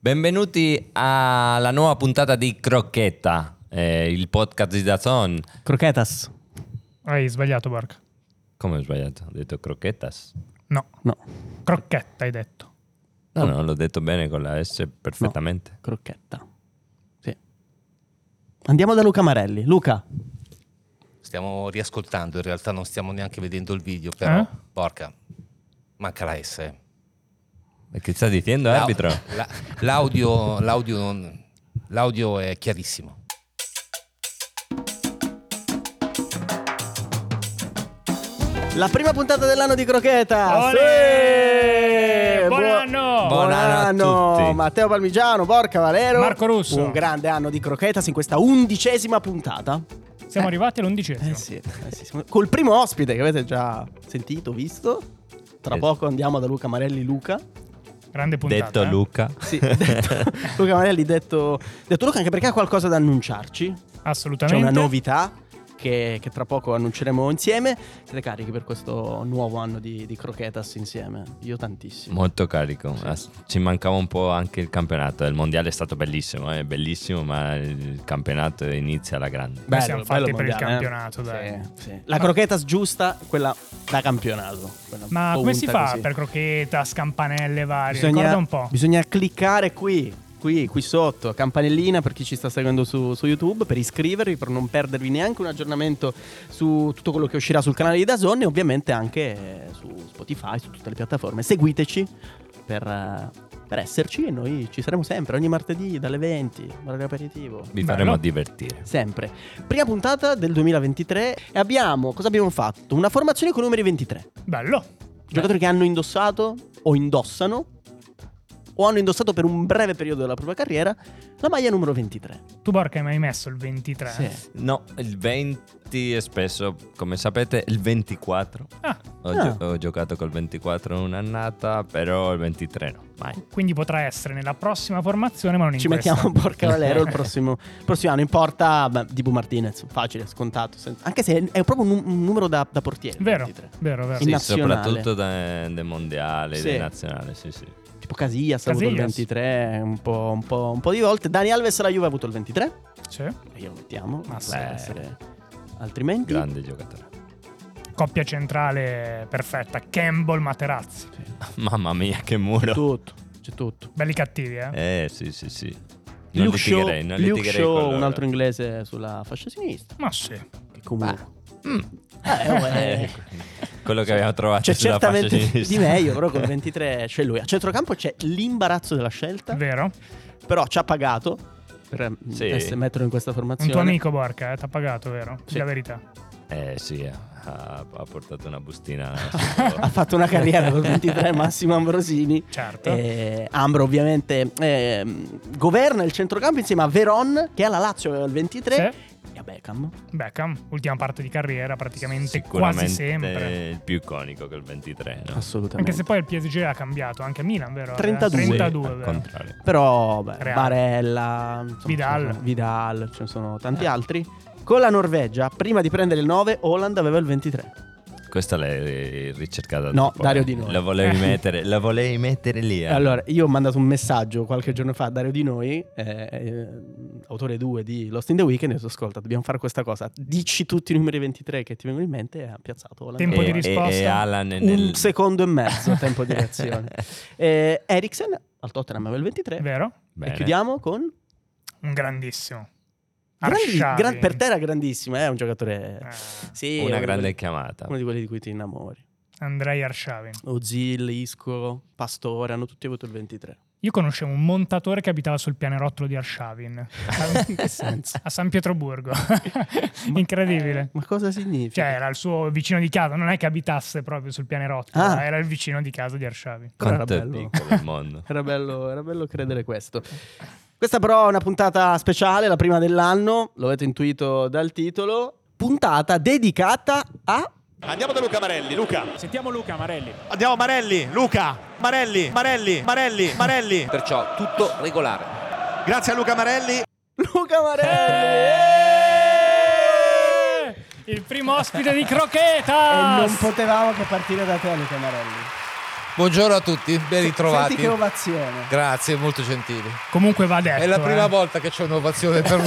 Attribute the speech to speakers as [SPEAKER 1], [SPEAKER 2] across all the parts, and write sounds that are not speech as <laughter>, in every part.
[SPEAKER 1] Benvenuti alla nuova puntata di Crocchetta, eh, il podcast di Dazon.
[SPEAKER 2] Croquetas.
[SPEAKER 3] Hai sbagliato, Barca.
[SPEAKER 1] Come ho sbagliato? Ho detto crocchettas?
[SPEAKER 3] No,
[SPEAKER 2] No,
[SPEAKER 3] crocchetta hai detto.
[SPEAKER 1] No, no, l'ho detto bene con la S perfettamente.
[SPEAKER 2] crocchetta. Sì. Andiamo da Luca Marelli. Luca,
[SPEAKER 4] Stiamo riascoltando, in realtà non stiamo neanche vedendo il video, però
[SPEAKER 3] Eh?
[SPEAKER 4] porca, manca la S.
[SPEAKER 1] E Che sta dicendo, eh,
[SPEAKER 4] L'au-
[SPEAKER 1] arbitro?
[SPEAKER 4] la- l'audio, l'audio non- l'audio è chiarissimo.
[SPEAKER 2] la prima puntata dell'anno di Croquetas.
[SPEAKER 3] Olè!
[SPEAKER 2] Sì!
[SPEAKER 3] Buon
[SPEAKER 2] Buo-
[SPEAKER 3] anno!
[SPEAKER 2] Buon
[SPEAKER 1] Buon anno a
[SPEAKER 2] anno,
[SPEAKER 1] tutti.
[SPEAKER 2] Matteo Palmigiano, Borca Valero.
[SPEAKER 3] Marco Russo.
[SPEAKER 2] Un grande anno di Croquetas in questa undicesima puntata.
[SPEAKER 3] Siamo arrivati all'undicesimo.
[SPEAKER 2] Eh sì, eh sì, siamo- col primo ospite che avete già sentito, visto. Tra
[SPEAKER 1] Eh.
[SPEAKER 2] poco andiamo da Luca
[SPEAKER 1] <laughs>
[SPEAKER 2] Marelli Luca.
[SPEAKER 3] Grande <laughs> puntata.
[SPEAKER 1] Detto
[SPEAKER 3] eh.
[SPEAKER 1] Luca.
[SPEAKER 2] Sì, <laughs> detto- Luca Marelli detto, detto Luca anche perché ha qualcosa da annunciarci. C'è
[SPEAKER 3] Assolutamente.
[SPEAKER 2] una novità che, che tra poco annunceremo insieme. Siete carichi per questo nuovo anno di, di Croquetas insieme? Io tantissimo.
[SPEAKER 1] <laughs> Molto carico. As- Ci mancava un po' anche il campionato. Il mondiale è stato bellissimo, è bellissimo, ma il campionato inizia alla grande.
[SPEAKER 3] Noi siamo fatti
[SPEAKER 2] bello
[SPEAKER 3] per il
[SPEAKER 2] mondiale, eh.
[SPEAKER 3] campionato, dai. Ah.
[SPEAKER 2] Sì, sì. La Croquetas giusta, quella da campionato. quella
[SPEAKER 3] Ma come si
[SPEAKER 2] punta
[SPEAKER 3] fa
[SPEAKER 2] così.
[SPEAKER 3] per crocchetta, scampanelle varie?
[SPEAKER 2] Bisogna,
[SPEAKER 3] Ricorda un po'.
[SPEAKER 2] bisogna cliccare qui, qui, qui sotto, campanellina per chi ci sta seguendo su, su YouTube, per iscrivervi, per non perdervi neanche un aggiornamento su tutto quello che uscirà sul canale di Dazon e ovviamente anche eh, su Spotify, su tutte le piattaforme. Seguiteci per, eh, per esserci e noi ci saremo sempre, ogni martedì dalle 20, ora di aperitivo.
[SPEAKER 1] Vi
[SPEAKER 3] Bello.
[SPEAKER 1] faremo divertire.
[SPEAKER 2] Sempre. Prima puntata del 2023 e abbiamo, cosa abbiamo fatto? Una formazione con i numeri 23.
[SPEAKER 3] Bello.
[SPEAKER 2] Giocatori che hanno indossato o indossano o hanno indossato per un breve periodo della propria carriera la maglia numero 23.
[SPEAKER 3] Tu, Borca, hai mai messo il 23?
[SPEAKER 2] Sì.
[SPEAKER 1] No, il 20 è spesso, come sapete, il 24.
[SPEAKER 3] Ah,
[SPEAKER 1] Ho,
[SPEAKER 2] Ah.
[SPEAKER 1] gio- ho giocato col 24 un'annata, però il 23 no, mai.
[SPEAKER 3] quindi potrà essere nella prossima formazione, ma non in
[SPEAKER 2] Ci
[SPEAKER 3] questa.
[SPEAKER 2] mettiamo Porca Valero
[SPEAKER 3] <laughs>
[SPEAKER 2] il prossimo, il prossimo anno in porta beh, Dibu Martinez, facile, scontato, sen- anche se è proprio un, un numero da, da portiere. il
[SPEAKER 3] Vero,
[SPEAKER 2] 23.
[SPEAKER 3] vero, vero.
[SPEAKER 2] In
[SPEAKER 1] Sì,
[SPEAKER 2] nazionale.
[SPEAKER 1] soprattutto da- del mondiale,
[SPEAKER 2] Sì.
[SPEAKER 1] del nazionale, sì, sì.
[SPEAKER 2] Tipo Casillas ha avuto il
[SPEAKER 3] Casillas.
[SPEAKER 2] 23 un po', un po'- un po' di volte. Dani Alves alla Juve ha avuto il 23.
[SPEAKER 3] Sì.
[SPEAKER 2] E glielo mettiamo.
[SPEAKER 3] Ma
[SPEAKER 2] non
[SPEAKER 3] sì.
[SPEAKER 2] può essere Altrimenti...
[SPEAKER 1] Grande giocatore. <laughs>
[SPEAKER 3] Coppia centrale perfetta. Campbell, Materazzi.
[SPEAKER 1] Mamma mia, che
[SPEAKER 2] C'è
[SPEAKER 1] muro.
[SPEAKER 2] tutto, c'è tutto.
[SPEAKER 3] Belli cattivi, eh?
[SPEAKER 1] Eh, sì, sì, sì. Non
[SPEAKER 2] Luke Shaw,
[SPEAKER 1] litigherei, non
[SPEAKER 2] Luke
[SPEAKER 1] litigherei eh.
[SPEAKER 2] Shaw,
[SPEAKER 1] con loro.
[SPEAKER 2] un altro inglese sulla fascia sinistra.
[SPEAKER 3] Ma sì.
[SPEAKER 2] Che comunque. Eh, oh, <laughs> eh.
[SPEAKER 1] Eh, <laughs> Quello che abbiamo trovato
[SPEAKER 2] C'è
[SPEAKER 1] sulla fascia
[SPEAKER 2] certamente di
[SPEAKER 1] sinistra.
[SPEAKER 2] meglio, però col 23 c'è lui. A centrocampo c'è l'imbarazzo della scelta,
[SPEAKER 3] Vero?
[SPEAKER 2] però ci ha pagato per
[SPEAKER 1] Sì.
[SPEAKER 2] essere- metterlo in questa
[SPEAKER 3] Un
[SPEAKER 2] formazione.
[SPEAKER 3] tuo amico, Borca, eh, ti ha pagato, vero?
[SPEAKER 2] Sì.
[SPEAKER 3] La verità.
[SPEAKER 1] <laughs> Eh, sì, ha, ha portato una
[SPEAKER 2] <laughs>
[SPEAKER 1] bustina.
[SPEAKER 2] Ha fatto una carriera col
[SPEAKER 3] <laughs>
[SPEAKER 2] 23 Massimo Ambrosini.
[SPEAKER 3] Certo.
[SPEAKER 2] Eh, Ambro ovviamente ehm, governa il centrocampo insieme a Veron che alla Lazio aveva il 23
[SPEAKER 3] Sì.
[SPEAKER 2] e a Beckham.
[SPEAKER 3] Beckham, ultima parte di carriera praticamente
[SPEAKER 1] Sicuramente
[SPEAKER 3] quasi sempre.
[SPEAKER 1] il più iconico che il 23, no?
[SPEAKER 2] Assolutamente.
[SPEAKER 3] Anche se poi il PSG ha cambiato, anche a Milan, vero?
[SPEAKER 2] 32.
[SPEAKER 3] Eh, 32,
[SPEAKER 1] Sì, al
[SPEAKER 3] vero.
[SPEAKER 1] contrario.
[SPEAKER 2] Però, beh,
[SPEAKER 3] Reale.
[SPEAKER 2] Barella, insomma,
[SPEAKER 3] Vidal.
[SPEAKER 2] ce
[SPEAKER 3] Eh.
[SPEAKER 2] ne sono- Vidal, ce ne sono tanti altri. Con la Norvegia, prima di prendere il 9, Holland aveva il 23.
[SPEAKER 1] Questa l'hai ricercata
[SPEAKER 2] No,
[SPEAKER 1] dopo. eh.
[SPEAKER 2] Dario Di Noi.
[SPEAKER 1] La volevi
[SPEAKER 3] Eh.
[SPEAKER 1] mettere, la volevi mettere lì. eh.
[SPEAKER 2] Allora, io ho mandato un messaggio qualche giorno fa a Dario Di Noi, eh, eh, autore 2 di Lost in the Weekend, e ho detto, ascolta, dobbiamo fare questa cosa. Dici tutti i numeri 23 che ti vengono in mente e ha piazzato Holland.
[SPEAKER 1] E-
[SPEAKER 3] Tempo di
[SPEAKER 1] e-
[SPEAKER 3] risposta?
[SPEAKER 1] E, Alan
[SPEAKER 2] Un
[SPEAKER 1] nel...
[SPEAKER 2] secondo e
[SPEAKER 1] <laughs>
[SPEAKER 2] mezzo, tempo di reazione. Eh, Eriksen al Tottenham aveva il 23.
[SPEAKER 3] Vero?
[SPEAKER 1] Bene.
[SPEAKER 2] E chiudiamo con...
[SPEAKER 3] Un grandissimo.
[SPEAKER 2] Grandi-
[SPEAKER 3] Arshavin.
[SPEAKER 2] gran- per te era grandissimo, è un giocatore...
[SPEAKER 3] Eh,
[SPEAKER 2] Sì,
[SPEAKER 1] Una
[SPEAKER 2] uno
[SPEAKER 1] grande
[SPEAKER 2] di quelli-
[SPEAKER 1] chiamata.
[SPEAKER 2] uno di quelli di cui ti innamori.
[SPEAKER 3] Andrei Arshavin.
[SPEAKER 2] Ozil, Isco, Pastore hanno tutti avuto il
[SPEAKER 5] <laughs>
[SPEAKER 2] 23.
[SPEAKER 3] Io conoscevo un montatore che abitava sul pianerottolo di Arshavin. A-
[SPEAKER 2] <laughs> In che senso?
[SPEAKER 3] A San Pietroburgo. <laughs> Incredibile.
[SPEAKER 2] Eh, Ma cosa
[SPEAKER 3] Cioè,
[SPEAKER 2] significa?
[SPEAKER 3] era il suo vicino di casa, non è che abitasse proprio sul pianerottolo,
[SPEAKER 2] Ah.
[SPEAKER 3] era il vicino di casa di Arshavin.
[SPEAKER 2] Però
[SPEAKER 1] Quanto
[SPEAKER 2] era
[SPEAKER 1] è
[SPEAKER 2] bello.
[SPEAKER 1] piccolo il
[SPEAKER 3] <laughs>
[SPEAKER 1] mondo.
[SPEAKER 2] Era bello, era bello credere
[SPEAKER 5] <laughs>
[SPEAKER 2] questo. Questa però è una puntata speciale, la prima dell'anno, lo avete intuito dal titolo, puntata dedicata a...
[SPEAKER 6] Andiamo da Luca Marelli, Luca.
[SPEAKER 5] Sentiamo Luca Marelli.
[SPEAKER 6] Andiamo Marelli, Luca. Marelli, Marelli, Marelli, Marelli.
[SPEAKER 4] Perciò tutto regolare.
[SPEAKER 6] Grazie a Luca Marelli.
[SPEAKER 2] Luca
[SPEAKER 5] <laughs>
[SPEAKER 2] Marelli! Eh!
[SPEAKER 3] Eh, Il primo ospite di Crocheta!
[SPEAKER 2] <laughs>
[SPEAKER 3] Ah,
[SPEAKER 2] E non potevamo che partire da te, Luca Marelli.
[SPEAKER 4] Buongiorno a tutti, ben ritrovati.
[SPEAKER 2] Senti che ovazione.
[SPEAKER 4] Grazie, molto gentili.
[SPEAKER 3] Comunque va detto.
[SPEAKER 4] È la prima
[SPEAKER 3] eh.
[SPEAKER 4] volta che c'è un'ovazione per un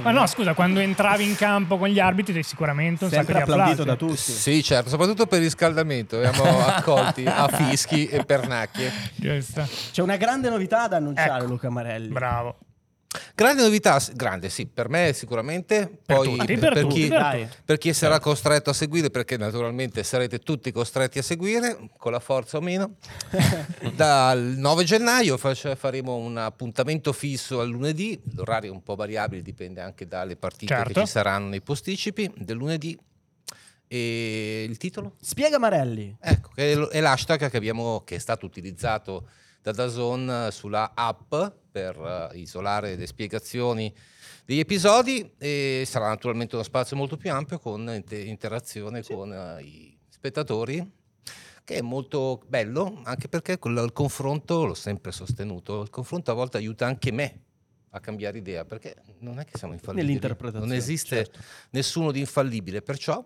[SPEAKER 3] <laughs> Ma no, scusa, quando entravi in campo con gli arbitri, sei sicuramente un
[SPEAKER 2] Sempre
[SPEAKER 3] sacco di applausi.
[SPEAKER 2] applaudito da tutti.
[SPEAKER 4] Sì, certo, soprattutto per il riscaldamento. Abbiamo accolti a fischi e pernacchie.
[SPEAKER 3] Giusto.
[SPEAKER 2] C'è una grande novità da annunciare,
[SPEAKER 3] Ecco.
[SPEAKER 2] Luca Marelli.
[SPEAKER 3] Bravo.
[SPEAKER 4] Grande novità, s- grande sì, per me sicuramente, poi
[SPEAKER 3] tutti.
[SPEAKER 4] per,
[SPEAKER 3] Per tutti,
[SPEAKER 4] chi,
[SPEAKER 3] per
[SPEAKER 2] tutti.
[SPEAKER 4] per chi sarà costretto a seguire, perché naturalmente sarete tutti costretti a seguire, con la forza o meno, dal 9 gennaio face- faremo un appuntamento fisso al lunedì, l'orario è un po' variabile, dipende anche dalle partite
[SPEAKER 3] Certo.
[SPEAKER 4] che ci saranno nei posticipi del lunedì. E il titolo?
[SPEAKER 2] Spiega Marelli.
[SPEAKER 4] Ecco, che è lo- è l'hashtag che, abbiamo, che è stato utilizzato da Dazon eh, sulla app per eh, isolare le spiegazioni degli episodi e sarà naturalmente uno spazio molto più ampio con inte- interazione con eh, i spettatori che è molto bello anche perché quello- il confronto l'ho sempre sostenuto il confronto a volte aiuta anche me a cambiare idea perché non è che siamo infallibili non
[SPEAKER 2] Nell'interpretazione,
[SPEAKER 4] esiste nessuno di infallibile perciò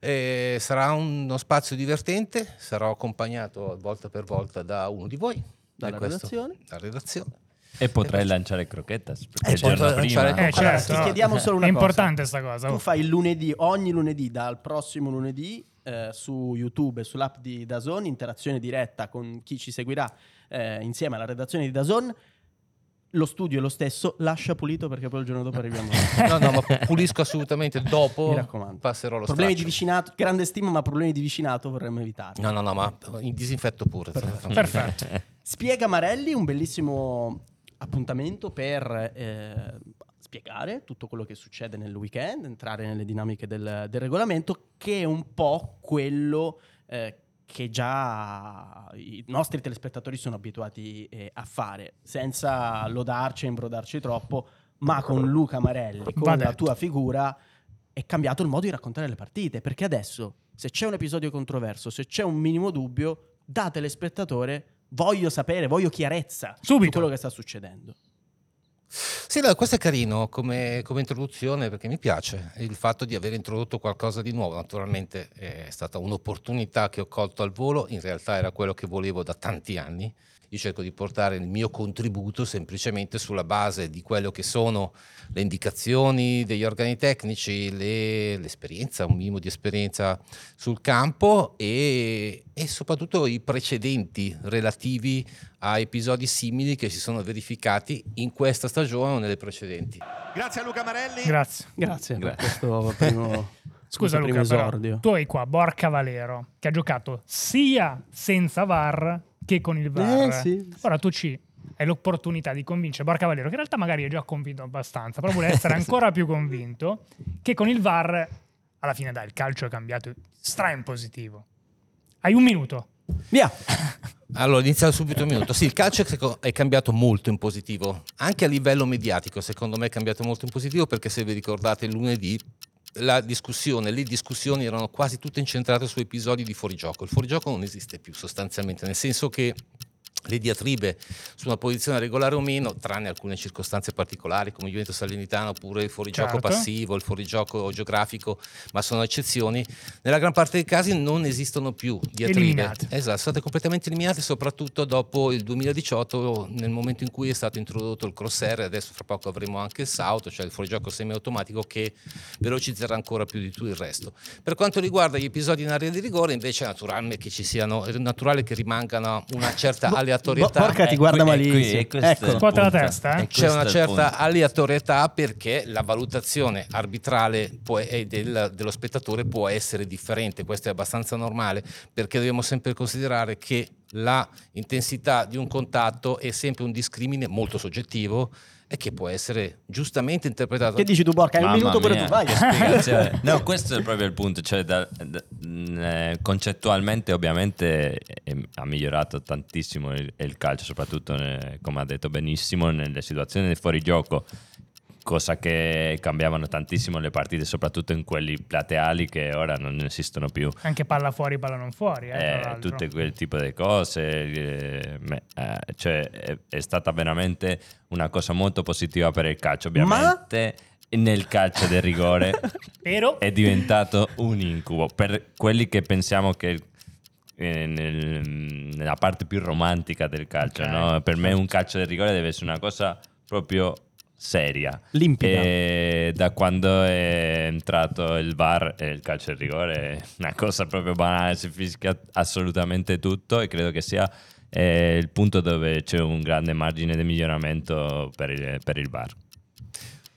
[SPEAKER 4] eh, sarà un- uno spazio divertente, sarò accompagnato volta per volta da uno di voi.
[SPEAKER 2] Dalla
[SPEAKER 4] E questo-
[SPEAKER 2] redazione.
[SPEAKER 4] Dalla redazione.
[SPEAKER 1] E potrei lanciare croquetas. Perché
[SPEAKER 4] Eh,
[SPEAKER 1] il giorno
[SPEAKER 4] potrei
[SPEAKER 1] prima.
[SPEAKER 4] lanciare
[SPEAKER 3] Eh,
[SPEAKER 4] Allora,
[SPEAKER 3] certo,
[SPEAKER 2] ti
[SPEAKER 3] no.
[SPEAKER 2] chiediamo solo una
[SPEAKER 3] È
[SPEAKER 2] cosa.
[SPEAKER 3] importante sta cosa.
[SPEAKER 2] Tu
[SPEAKER 3] oh.
[SPEAKER 2] fai il lunedì, ogni lunedì, dal prossimo lunedì, eh, su YouTube e sull'app di Dazon, interazione diretta con chi ci seguirà eh, insieme alla redazione di Dazon. Lo studio è lo stesso, lascia pulito perché poi il giorno dopo
[SPEAKER 3] <laughs>
[SPEAKER 2] arriviamo.
[SPEAKER 4] No, no, ma
[SPEAKER 2] <laughs>
[SPEAKER 4] pulisco assolutamente
[SPEAKER 2] Mi
[SPEAKER 4] dopo.
[SPEAKER 2] raccomando.
[SPEAKER 4] Passerò lo
[SPEAKER 2] problemi di
[SPEAKER 4] straccio.
[SPEAKER 2] vicinato, grande stima, ma problemi di vicinato vorremmo evitare.
[SPEAKER 4] No, no, no, ma in disinfetto pure.
[SPEAKER 3] Perfetto.
[SPEAKER 2] Spiega Marelli, un bellissimo appuntamento per eh, spiegare tutto quello che succede nel weekend, entrare nelle dinamiche del, del regolamento, che è un po' quello eh, che già i nostri telespettatori sono abituati eh, a fare, senza lodarci e imbrodarci troppo, ma con Luca Marelli, con
[SPEAKER 3] Va
[SPEAKER 2] la
[SPEAKER 3] detto.
[SPEAKER 2] tua figura, è cambiato il modo di raccontare le partite, perché adesso se c'è un episodio controverso, se c'è un minimo dubbio, da telespettatore voglio sapere, voglio chiarezza
[SPEAKER 3] Subito.
[SPEAKER 2] su quello che sta succedendo.
[SPEAKER 4] Sì, no, questo è carino come, come introduzione perché mi piace il fatto di aver introdotto qualcosa di nuovo. Naturalmente eh, è stata un'opportunità che ho colto al volo, in realtà era quello che volevo da tanti anni. Io cerco di portare il mio contributo semplicemente sulla base di quello che sono le indicazioni degli organi tecnici, le- l'esperienza, un minimo di esperienza sul campo e, e soprattutto i precedenti relativi a episodi simili che si sono verificati in questa stagione o nelle precedenti.
[SPEAKER 6] Grazie a Luca Marelli.
[SPEAKER 3] Grazie.
[SPEAKER 2] Grazie
[SPEAKER 1] Gra- <laughs>
[SPEAKER 2] per questo primo, questo
[SPEAKER 3] Scusa
[SPEAKER 2] primo
[SPEAKER 3] Luca, però,
[SPEAKER 2] esordio.
[SPEAKER 3] tu hai qua Borca Valero che ha giocato sia senza VAR che con il VAR.
[SPEAKER 2] Eh, sì.
[SPEAKER 3] Ora tu ci hai l'opportunità di convincere Borca Valero, che in realtà magari è già convinto abbastanza, però vuole
[SPEAKER 2] <laughs>
[SPEAKER 3] essere ancora più convinto che con il VAR alla fine dai, il calcio è cambiato stra in positivo. Hai un minuto.
[SPEAKER 2] Via!
[SPEAKER 4] Allora, inizia subito un minuto. Sì, il calcio è seco- è cambiato molto in positivo, anche a livello mediatico, secondo me è cambiato molto in positivo perché se vi ricordate lunedì la discussione, le discussioni erano quasi tutte incentrate su episodi di fuorigioco. Il fuorigioco non esiste più sostanzialmente, nel senso che le diatribe su una posizione regolare o meno, tranne alcune circostanze particolari come Juventus Salernitana oppure il fuorigioco
[SPEAKER 3] Certo.
[SPEAKER 4] passivo, il fuorigioco geografico, ma sono eccezioni, nella gran parte dei casi non esistono più diatribe.
[SPEAKER 3] Eliminate.
[SPEAKER 4] Esatto, state completamente eliminate soprattutto dopo il 2018, nel momento in cui è stato introdotto il crosshair, e adesso fra poco avremo anche il salto, cioè il fuorigioco semiautomatico che velocizzerà ancora più di tutto il resto. Per quanto riguarda gli episodi in area di rigore, invece è naturale che ci siano, è naturale che rimangano una certa aleatorietà.
[SPEAKER 2] Bo- porca ti guarda
[SPEAKER 1] Eh,
[SPEAKER 2] malissimo. Ecco.
[SPEAKER 3] Scuote la testa, eh.
[SPEAKER 4] C'è una certa aleatorietà perché la valutazione arbitrale può- e del- dello spettatore può essere differente, questo è abbastanza normale perché dobbiamo sempre considerare che la intensità di un contatto è sempre un discrimine molto soggettivo e che può essere giustamente interpretato.
[SPEAKER 2] Che dici tu Borca? Hai un minuto pure tu,
[SPEAKER 1] <laughs>
[SPEAKER 2] vai! <laughs>
[SPEAKER 1] spiegazione. No, questo è proprio il punto. Cioè, da- da- mh, eh, concettualmente, ovviamente, eh, ha migliorato tantissimo il, il calcio, soprattutto, eh, come ha detto benissimo, nelle situazioni di fuorigioco. Cosa che cambiavano tantissimo le partite, soprattutto in quelli plateali che ora non esistono più.
[SPEAKER 3] Anche palla fuori, palla non fuori. Eh, tra
[SPEAKER 1] Eh,
[SPEAKER 3] l'altro.
[SPEAKER 1] tutte quel tipo di cose. eh, me- eh, cioè, è, è stata veramente una cosa molto positiva per il calcio, ovviamente. Nel calcio del rigore
[SPEAKER 3] Però
[SPEAKER 1] Eh, è diventato un incubo per quelli che pensiamo che eh, nel- nella parte più romantica del calcio.
[SPEAKER 3] Ok.
[SPEAKER 1] no? Per me un calcio del rigore deve essere una cosa proprio seria.
[SPEAKER 2] <laughs> Limpida.
[SPEAKER 1] Eh, E da quando è entrato il VAR e il calcio del rigore è una cosa proprio banale, si fischia assolutamente tutto e credo che sia eh, il punto dove c'è un grande margine di miglioramento per il, per il VAR.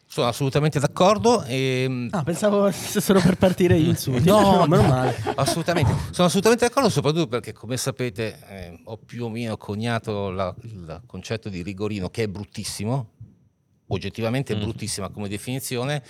[SPEAKER 4] Sono assolutamente d'accordo. ehm, E,
[SPEAKER 2] Ah, pensavo stessero per partire gli
[SPEAKER 1] <laughs>
[SPEAKER 2] <laughs> insulti.
[SPEAKER 4] <laughs> No,
[SPEAKER 2] meno male.
[SPEAKER 4] Assolutamente, sono assolutamente d'accordo, soprattutto perché, come sapete, eh, ho più o meno coniato la- il concetto di rigorino, che è bruttissimo, oggettivamente è
[SPEAKER 1] Mm.
[SPEAKER 4] bruttissima come definizione,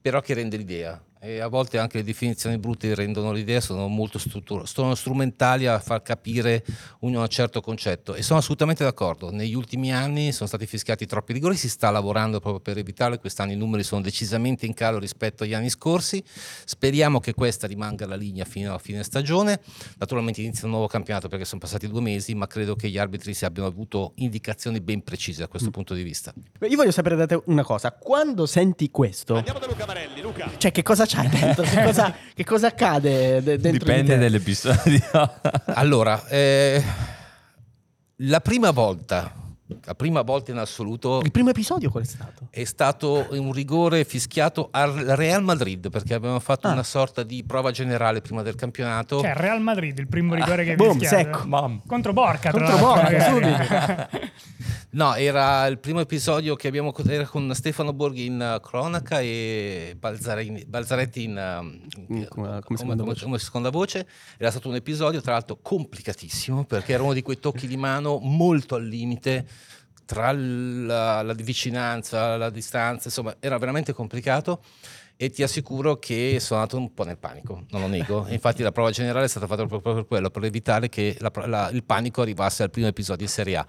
[SPEAKER 4] però che rende l'idea. E a volte anche le definizioni brutte che rendono l'idea, sono molto struttur- sono strumentali a far capire un, un certo concetto. E sono assolutamente d'accordo. Negli ultimi anni sono stati fischiati troppi rigori, si sta lavorando proprio per evitarlo. Quest'anno i numeri sono decisamente in calo rispetto agli anni scorsi. Speriamo che questa rimanga la linea fino alla fine stagione. Naturalmente inizia un nuovo campionato perché sono passati due mesi, ma credo che gli arbitri si abbiano avuto indicazioni ben precise da questo punto di vista.
[SPEAKER 2] Beh, Io voglio sapere da te una cosa. Quando senti questo,
[SPEAKER 6] Andiamo da Luca Marelli, Luca.
[SPEAKER 2] cioè, che cosa c'hai dentro?
[SPEAKER 1] <laughs>
[SPEAKER 2] Che cosa, che cosa accade de- dentro?
[SPEAKER 1] Dipende
[SPEAKER 2] di te?
[SPEAKER 1] dall'episodio.
[SPEAKER 4] Allora, eh, la prima volta, la prima volta in assoluto
[SPEAKER 2] Il primo episodio qual è stato?
[SPEAKER 4] è stato un rigore fischiato al Real Madrid perché abbiamo fatto
[SPEAKER 2] Ah.
[SPEAKER 4] una sorta di prova generale prima del campionato.
[SPEAKER 1] boh.
[SPEAKER 3] Cioè, Real Madrid, il primo rigore che vi
[SPEAKER 2] Ah, boom,
[SPEAKER 3] fischiate.
[SPEAKER 2] secco.
[SPEAKER 1] Mam.
[SPEAKER 3] Contro Borca, tra
[SPEAKER 2] Contro
[SPEAKER 3] l'altro, eh.
[SPEAKER 2] Borca,
[SPEAKER 3] magari.
[SPEAKER 4] No, era il primo episodio che abbiamo era con Stefano Borghi in eh, cronaca e Balzarini- Balzaretti in, eh,
[SPEAKER 2] Mm, come- come seconda voce.
[SPEAKER 4] come seconda voce. Era stato un episodio, tra l'altro, complicatissimo perché era uno di quei tocchi di mano molto al limite tra la, la vicinanza, la distanza, insomma, era veramente complicato. E ti assicuro che sono andato un po' nel panico, non lo nego. Infatti, la prova generale è stata fatta proprio per quello, per evitare che la pro- la- il panico arrivasse al primo episodio in Serie A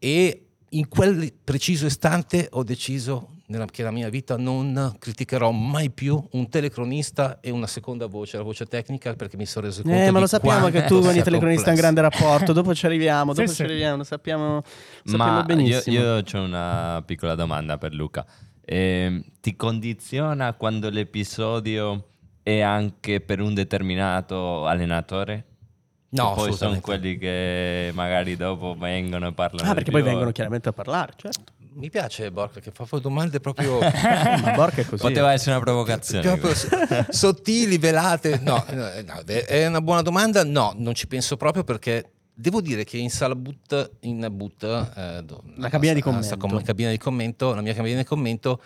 [SPEAKER 4] e in quel preciso istante ho deciso nella- che la mia vita non criticherò mai più un telecronista e una seconda voce, la voce tecnica, perché mi sono reso conto
[SPEAKER 2] Eh, ma
[SPEAKER 4] di
[SPEAKER 2] lo sappiamo
[SPEAKER 4] quanto
[SPEAKER 2] che tu con
[SPEAKER 4] sia
[SPEAKER 2] i telecronisti hai un grande
[SPEAKER 4] complesso.
[SPEAKER 2] rapporto. Dopo ci arriviamo,
[SPEAKER 3] Sì,
[SPEAKER 2] dopo
[SPEAKER 3] sì.
[SPEAKER 2] ci arriviamo, lo sappiamo, lo sappiamo
[SPEAKER 1] Ma io,
[SPEAKER 2] benissimo.
[SPEAKER 1] io ho una piccola domanda per Luca. Ehm, ti condiziona quando l'episodio è anche per un determinato allenatore?
[SPEAKER 4] No,
[SPEAKER 1] Che poi sono
[SPEAKER 4] assolutamente.
[SPEAKER 1] quelli che magari dopo vengono e parlano.
[SPEAKER 2] Ah,
[SPEAKER 1] di
[SPEAKER 2] perché poi
[SPEAKER 1] rigore.
[SPEAKER 2] vengono chiaramente a parlare, certo.
[SPEAKER 4] Mi piace Borca che fa poi
[SPEAKER 2] <laughs>
[SPEAKER 4] domande proprio
[SPEAKER 2] Ma Borca è così.
[SPEAKER 1] Eh, Poteva essere una provocazione.
[SPEAKER 4] proprio s- sottili, velate. No, no, eh, no, è una buona domanda. No, non ci penso proprio perché devo dire che in sala but, in but, eh, do-
[SPEAKER 2] La cabina di
[SPEAKER 4] sta- sta
[SPEAKER 2] commento.
[SPEAKER 4] com- cabina di commento, la mia cabina di commento,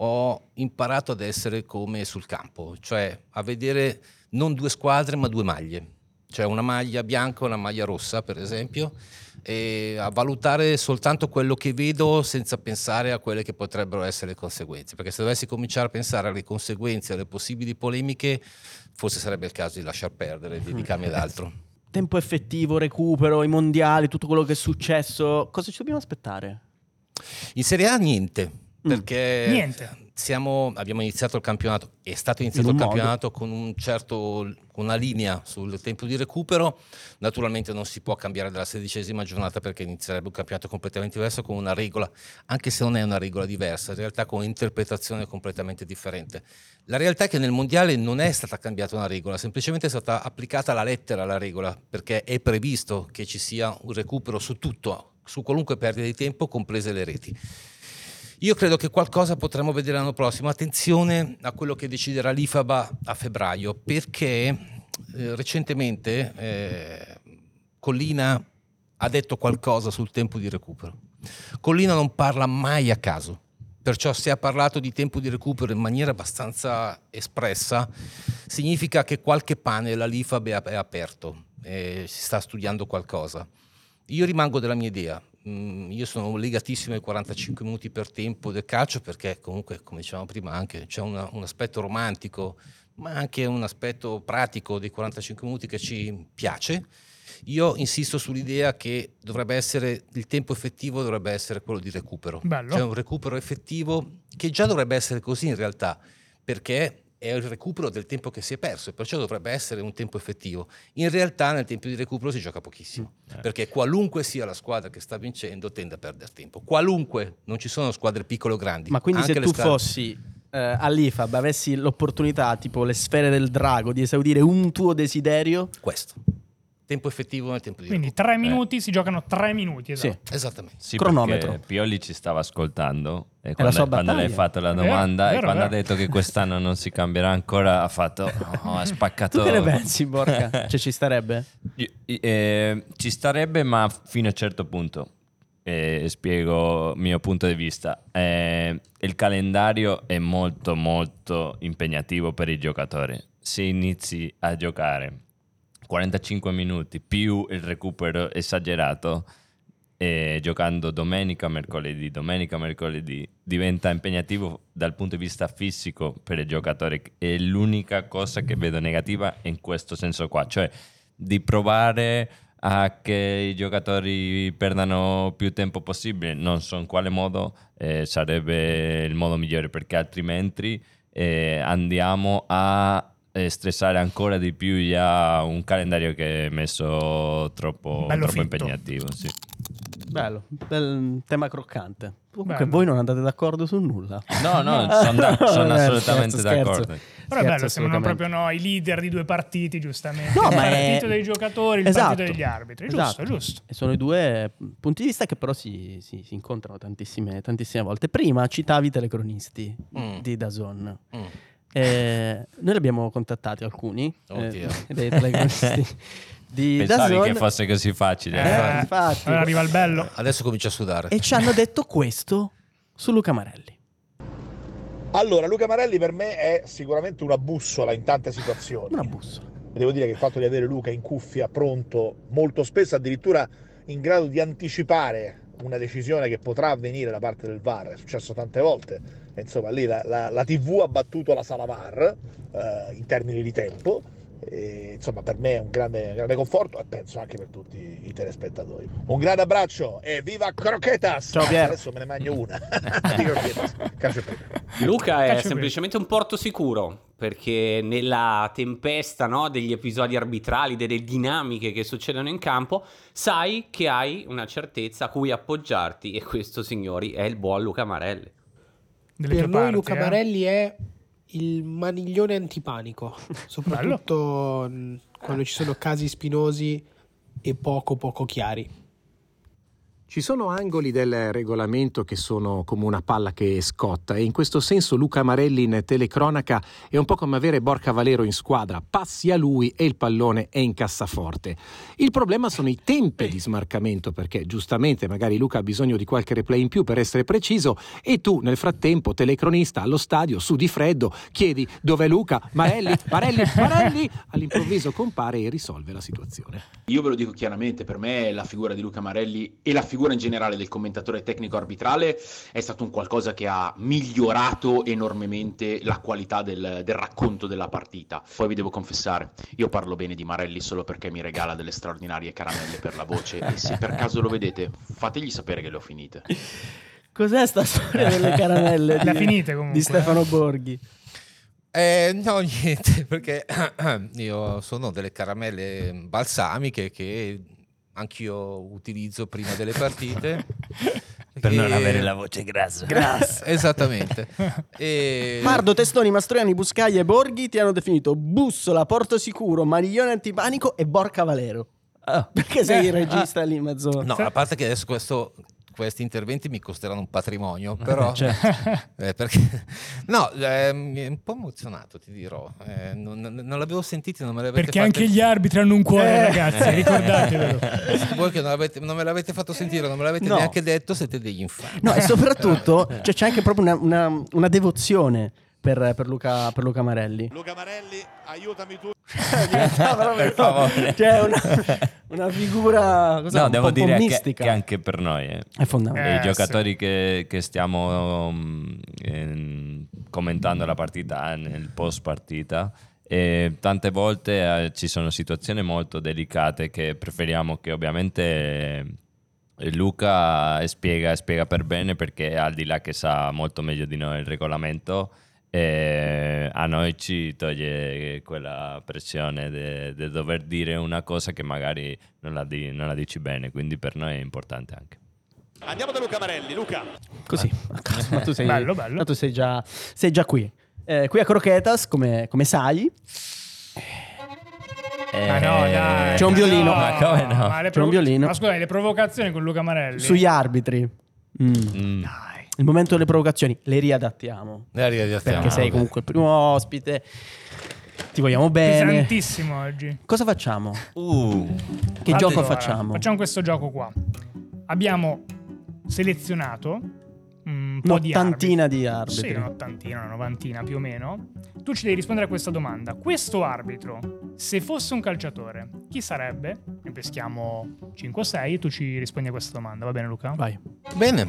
[SPEAKER 4] ho imparato ad essere come sul campo, cioè a vedere non due squadre ma due maglie. Cioè una maglia bianca e una maglia rossa, per esempio, e a valutare soltanto quello che vedo senza pensare a quelle che potrebbero essere le conseguenze. Perché se dovessi cominciare a pensare alle conseguenze, alle possibili polemiche, forse sarebbe il caso di lasciar perdere e dedicarmi
[SPEAKER 2] <laughs>
[SPEAKER 4] ad altro.
[SPEAKER 2] Tempo effettivo, recupero, i mondiali, tutto quello che è successo. Cosa ci dobbiamo aspettare?
[SPEAKER 4] In Serie A niente,
[SPEAKER 2] Mm.
[SPEAKER 4] perché
[SPEAKER 3] Niente.
[SPEAKER 4] siamo- abbiamo iniziato il campionato, è stato iniziato
[SPEAKER 2] In
[SPEAKER 4] il
[SPEAKER 2] un modo.
[SPEAKER 4] campionato con un certo- con una linea sul tempo di recupero, naturalmente non si può cambiare dalla sedicesima giornata perché inizierebbe un campionato completamente diverso con una regola, anche se non è una regola diversa, in realtà con un'interpretazione completamente differente. La realtà è che nel mondiale non è stata cambiata una regola, semplicemente è stata applicata alla lettera la regola, perché è previsto che ci sia un recupero su tutto, su qualunque perdita di tempo, comprese le reti. Io credo che qualcosa potremo vedere l'anno prossimo. Attenzione a quello che deciderà l'IFABA a febbraio, perché eh, recentemente eh, Collina ha detto qualcosa sul tempo di recupero. Collina non parla mai a caso, perciò se ha parlato di tempo di recupero in maniera abbastanza espressa, significa che qualche panel all'IFAB è è aperto, eh, si sta studiando qualcosa. Io rimango della mia idea. Mm, Io sono legatissimo ai 45 minuti per tempo del calcio perché comunque, come dicevamo prima, anche c'è una- un aspetto romantico, ma anche un aspetto pratico dei 45 minuti che ci piace. Io insisto sull'idea che dovrebbe essere il tempo effettivo dovrebbe essere quello di recupero.
[SPEAKER 3] Bello.
[SPEAKER 4] Cioè un recupero effettivo che già dovrebbe essere così in realtà, perché è il recupero del tempo che si è perso e perciò dovrebbe essere un tempo effettivo. In realtà nel tempo di recupero si gioca pochissimo,
[SPEAKER 2] Eh.
[SPEAKER 4] perché qualunque sia la squadra che sta vincendo tende a perdere tempo. Qualunque, non ci sono squadre piccole o grandi.
[SPEAKER 2] Ma quindi
[SPEAKER 4] anche
[SPEAKER 2] se
[SPEAKER 4] le
[SPEAKER 2] tu
[SPEAKER 4] squadre-
[SPEAKER 2] fossi eh, all'IFAB, avessi l'opportunità, tipo le sfere del drago, di esaudire un tuo desiderio,
[SPEAKER 4] questo. tempo effettivo nel tempo di
[SPEAKER 3] <laughs> Quindi
[SPEAKER 4] recupero.
[SPEAKER 3] tre minuti si giocano tre minuti, esatto.
[SPEAKER 2] Sì.
[SPEAKER 4] Esattamente.
[SPEAKER 1] Sì,
[SPEAKER 2] Cronometro.
[SPEAKER 1] perché Pioli ci stava ascoltando e
[SPEAKER 2] la sua
[SPEAKER 1] quando, quando
[SPEAKER 2] battaglia.
[SPEAKER 1] le hai fatto la
[SPEAKER 3] È vero,
[SPEAKER 1] domanda
[SPEAKER 3] è
[SPEAKER 1] e
[SPEAKER 3] vero,
[SPEAKER 1] quando
[SPEAKER 3] è
[SPEAKER 1] ha
[SPEAKER 3] vero.
[SPEAKER 1] detto che quest'anno non si cambierà ancora ha fatto
[SPEAKER 2] <laughs>
[SPEAKER 1] "No, ha spaccato
[SPEAKER 2] Tu che ne pensi,
[SPEAKER 1] <laughs>
[SPEAKER 2] Borca? cioè, ci starebbe?
[SPEAKER 1] Io- i- eh, ci starebbe, ma fino a un certo punto. Eh, spiego il mio punto di vista. Eh, il calendario è molto, molto impegnativo per i giocatori. Se inizi a giocare 45 minuti più il recupero esagerato, eh, giocando domenica, mercoledì, domenica, mercoledì, diventa impegnativo dal punto di vista fisico per il giocatore. È l'unica cosa che vedo negativa in questo senso qua. Cioè, di provare a che i giocatori perdano più tempo possibile, non so in quale modo eh, sarebbe il modo migliore perché altrimenti eh, andiamo a eh, stressare ancora di più già un calendario che è messo troppo,
[SPEAKER 3] Bello
[SPEAKER 1] troppo
[SPEAKER 3] fitto.
[SPEAKER 1] impegnativo. Sì.
[SPEAKER 2] Bello, bel tema croccante. Comunque
[SPEAKER 3] Bello.
[SPEAKER 2] voi non andate d'accordo su nulla. Eh,
[SPEAKER 1] No,
[SPEAKER 2] <laughs>
[SPEAKER 1] no, sono da- sono
[SPEAKER 2] Scherzo,
[SPEAKER 1] assolutamente
[SPEAKER 2] scherzo.
[SPEAKER 1] d'accordo.
[SPEAKER 3] Però
[SPEAKER 2] Scherzo,
[SPEAKER 3] è bello, sembrano
[SPEAKER 2] assolutamente.
[SPEAKER 3] proprio noi i leader di due partiti, giustamente. Cioè,
[SPEAKER 2] No,
[SPEAKER 3] il
[SPEAKER 2] ma è-
[SPEAKER 3] partito dei giocatori, il
[SPEAKER 2] Esatto.
[SPEAKER 3] partito degli arbitri. È
[SPEAKER 2] Esatto.
[SPEAKER 3] Giusto, è giusto.
[SPEAKER 2] E sono i due punti di vista che però si, si- si incontrano tantissime, tantissime volte. Prima citavi i telecronisti
[SPEAKER 4] Mm.
[SPEAKER 2] di Dazon.
[SPEAKER 4] Mm.
[SPEAKER 2] Eh, noi li abbiamo contattati alcuni
[SPEAKER 4] Oddio.
[SPEAKER 2] eh, <laughs> dei telecronisti di
[SPEAKER 1] Pensavi
[SPEAKER 2] Dazon
[SPEAKER 1] che fosse così facile.
[SPEAKER 4] Eh.
[SPEAKER 2] infatti.
[SPEAKER 3] allora arriva il bello.
[SPEAKER 4] Adesso comincio a sudare.
[SPEAKER 2] e ci hanno detto questo su Luca Marelli.
[SPEAKER 5] Allora, Luca Marelli per me è sicuramente una bussola in tante situazioni.
[SPEAKER 2] Una bussola.
[SPEAKER 5] Devo dire che il fatto di avere Luca in cuffia pronto molto spesso, addirittura in grado di anticipare una decisione che potrà avvenire da parte del VAR, è successo tante volte. E Insomma, lì la, la- la TV ha battuto la sala VAR eh, in termini di tempo. E, insomma, per me è un grande, grande conforto e penso anche per tutti i telespettatori. Un grande abbraccio e viva Croquetas!
[SPEAKER 2] Ciao, Pier.
[SPEAKER 5] Ah, Adesso me ne mangio una <laughs> di Croquetas. Calcio e pepe.
[SPEAKER 7] Luca è
[SPEAKER 3] Caccio qui.
[SPEAKER 7] semplicemente un porto sicuro perché nella tempesta no, degli episodi arbitrali, delle dinamiche che succedono in campo, sai che hai una certezza a cui appoggiarti e questo, signori, è il buon Luca Marelli.
[SPEAKER 3] Delle
[SPEAKER 8] Per
[SPEAKER 3] tue
[SPEAKER 8] noi
[SPEAKER 3] parti,
[SPEAKER 8] Luca
[SPEAKER 3] eh.
[SPEAKER 8] Marelli è il maniglione antipanico,
[SPEAKER 3] <laughs>
[SPEAKER 8] soprattutto mh, quando ci sono casi spinosi e poco poco chiari.
[SPEAKER 9] Ci sono angoli del regolamento che sono come una palla che scotta e in questo senso Luca Marelli in telecronaca è un po' come avere Borca Valero in squadra, passi a lui e il pallone è in cassaforte. Il problema sono i tempi di smarcamento perché giustamente magari Luca ha bisogno di qualche replay in più per essere preciso e tu nel frattempo telecronista allo stadio su di freddo chiedi dov'è Luca, Marelli, Marelli, Marelli, all'improvviso compare e risolve la situazione.
[SPEAKER 10] Io ve lo dico chiaramente, per me la figura di Luca Marelli e la figura in generale del commentatore tecnico arbitrale è stato un qualcosa che ha migliorato enormemente la qualità del, del racconto della partita. Poi vi devo confessare, io parlo bene di Marelli solo perché mi regala delle straordinarie caramelle per la voce e se per caso lo vedete fategli sapere che le ho finite.
[SPEAKER 11] Eh,
[SPEAKER 2] Cos'è sta storia delle caramelle
[SPEAKER 3] La
[SPEAKER 2] di,
[SPEAKER 3] finite comunque.
[SPEAKER 2] di Stefano
[SPEAKER 3] eh.
[SPEAKER 2] Borghi?
[SPEAKER 4] Eh, no, <laughs> niente, perché <clears throat> io sono delle caramelle balsamiche che anch'io utilizzo prima
[SPEAKER 2] <laughs>
[SPEAKER 4] delle partite.
[SPEAKER 1] Per non
[SPEAKER 2] Eh.
[SPEAKER 4] Perché-
[SPEAKER 1] avere la voce grassa.
[SPEAKER 4] <laughs>
[SPEAKER 1] <laughs>
[SPEAKER 2] <laughs>
[SPEAKER 4] Esattamente.
[SPEAKER 7] Eh.
[SPEAKER 4] E-
[SPEAKER 2] Pardo, Testoni, Mastroianni, Buscaglia e Borghi ti hanno definito bussola, porto sicuro, maniglione antipanico e Borca Valero. Ah, perché sei
[SPEAKER 7] Eh.
[SPEAKER 2] il regista lì in mezzo?
[SPEAKER 4] No, a parte che adesso questo- questi interventi mi costeranno un
[SPEAKER 3] <laughs>
[SPEAKER 4] patrimonio, però...
[SPEAKER 3] Cioè.
[SPEAKER 4] Eh, perché- <laughs> No, eh, mi è un po' emozionato, ti dirò. Eh, non, non- non l'avevo sentito, non me l'avete
[SPEAKER 3] Perché
[SPEAKER 4] fatte- Eh.
[SPEAKER 3] anche gli arbitri hanno un cuore,
[SPEAKER 2] Eh.
[SPEAKER 4] <laughs>
[SPEAKER 3] ragazzi,
[SPEAKER 2] <laughs>
[SPEAKER 3] ricordatevelo.
[SPEAKER 4] Voi che non, avete- non me l'avete fatto sentire, non me l'avete
[SPEAKER 2] No.
[SPEAKER 4] neanche detto, siete degli infanti.
[SPEAKER 1] <laughs>
[SPEAKER 2] No, e soprattutto cioè, c'è anche proprio una, una- una devozione per, per Luca, per Luca Marelli.
[SPEAKER 6] Luca Marelli, aiutami
[SPEAKER 2] <laughs>
[SPEAKER 6] tu.
[SPEAKER 1] per favore.
[SPEAKER 2] Cioè, una, una figura cos'è,
[SPEAKER 1] No,
[SPEAKER 2] un
[SPEAKER 1] devo
[SPEAKER 2] po', un po'
[SPEAKER 1] dire che,
[SPEAKER 2] mistica.
[SPEAKER 1] che anche per noi. eh.
[SPEAKER 2] È fondamentale.
[SPEAKER 3] Eh,
[SPEAKER 1] I giocatori che, che stiamo mm, ehm, commentando la partita eh, nel post partita. E tante volte eh, ci sono situazioni molto delicate che preferiamo che ovviamente eh, Luca spiega, spiega per bene perché al di là che sa molto meglio di noi il regolamento eh, a noi ci toglie quella pressione de- de dover dire una cosa che magari non la di- non la dici bene quindi per noi è importante anche
[SPEAKER 6] Andiamo da Luca Marelli, Luca.
[SPEAKER 1] Eh,
[SPEAKER 2] Così, a caso. Ma tu sei,
[SPEAKER 3] Bello, bello.
[SPEAKER 2] ma tu sei già, sei già qui. Eh, qui a Croquetas, come, come sai,
[SPEAKER 1] Eh,
[SPEAKER 3] Ma no, dai.
[SPEAKER 2] C'è un violino.
[SPEAKER 3] No,
[SPEAKER 2] Ma come no?
[SPEAKER 3] ma le
[SPEAKER 2] C'è un violino.
[SPEAKER 3] Ma scusa, le provocazioni con Luca Marelli.
[SPEAKER 2] Sugli arbitri. Mm. Il momento delle provocazioni, le riadattiamo.
[SPEAKER 4] Le riadattiamo,
[SPEAKER 2] Perché sei
[SPEAKER 4] vabbè.
[SPEAKER 2] comunque il primo ospite. Ti vogliamo bene.
[SPEAKER 3] Pesantissimo oggi.
[SPEAKER 2] Cosa facciamo? Che
[SPEAKER 1] Uh,
[SPEAKER 3] Fate-
[SPEAKER 2] gioco
[SPEAKER 3] Allora,
[SPEAKER 2] facciamo?
[SPEAKER 3] Facciamo questo gioco qua. Abbiamo selezionato un po' di
[SPEAKER 2] Un'ottantina
[SPEAKER 3] arbitri.
[SPEAKER 2] di arbitri.
[SPEAKER 3] Sì, un'ottantina, una novantina più o meno. Tu ci devi rispondere a questa domanda. Questo arbitro, se fosse un calciatore, chi sarebbe? Ne peschiamo 5 o 6 e tu ci rispondi a questa domanda. Va bene Luca?
[SPEAKER 2] Vai.
[SPEAKER 4] Bene.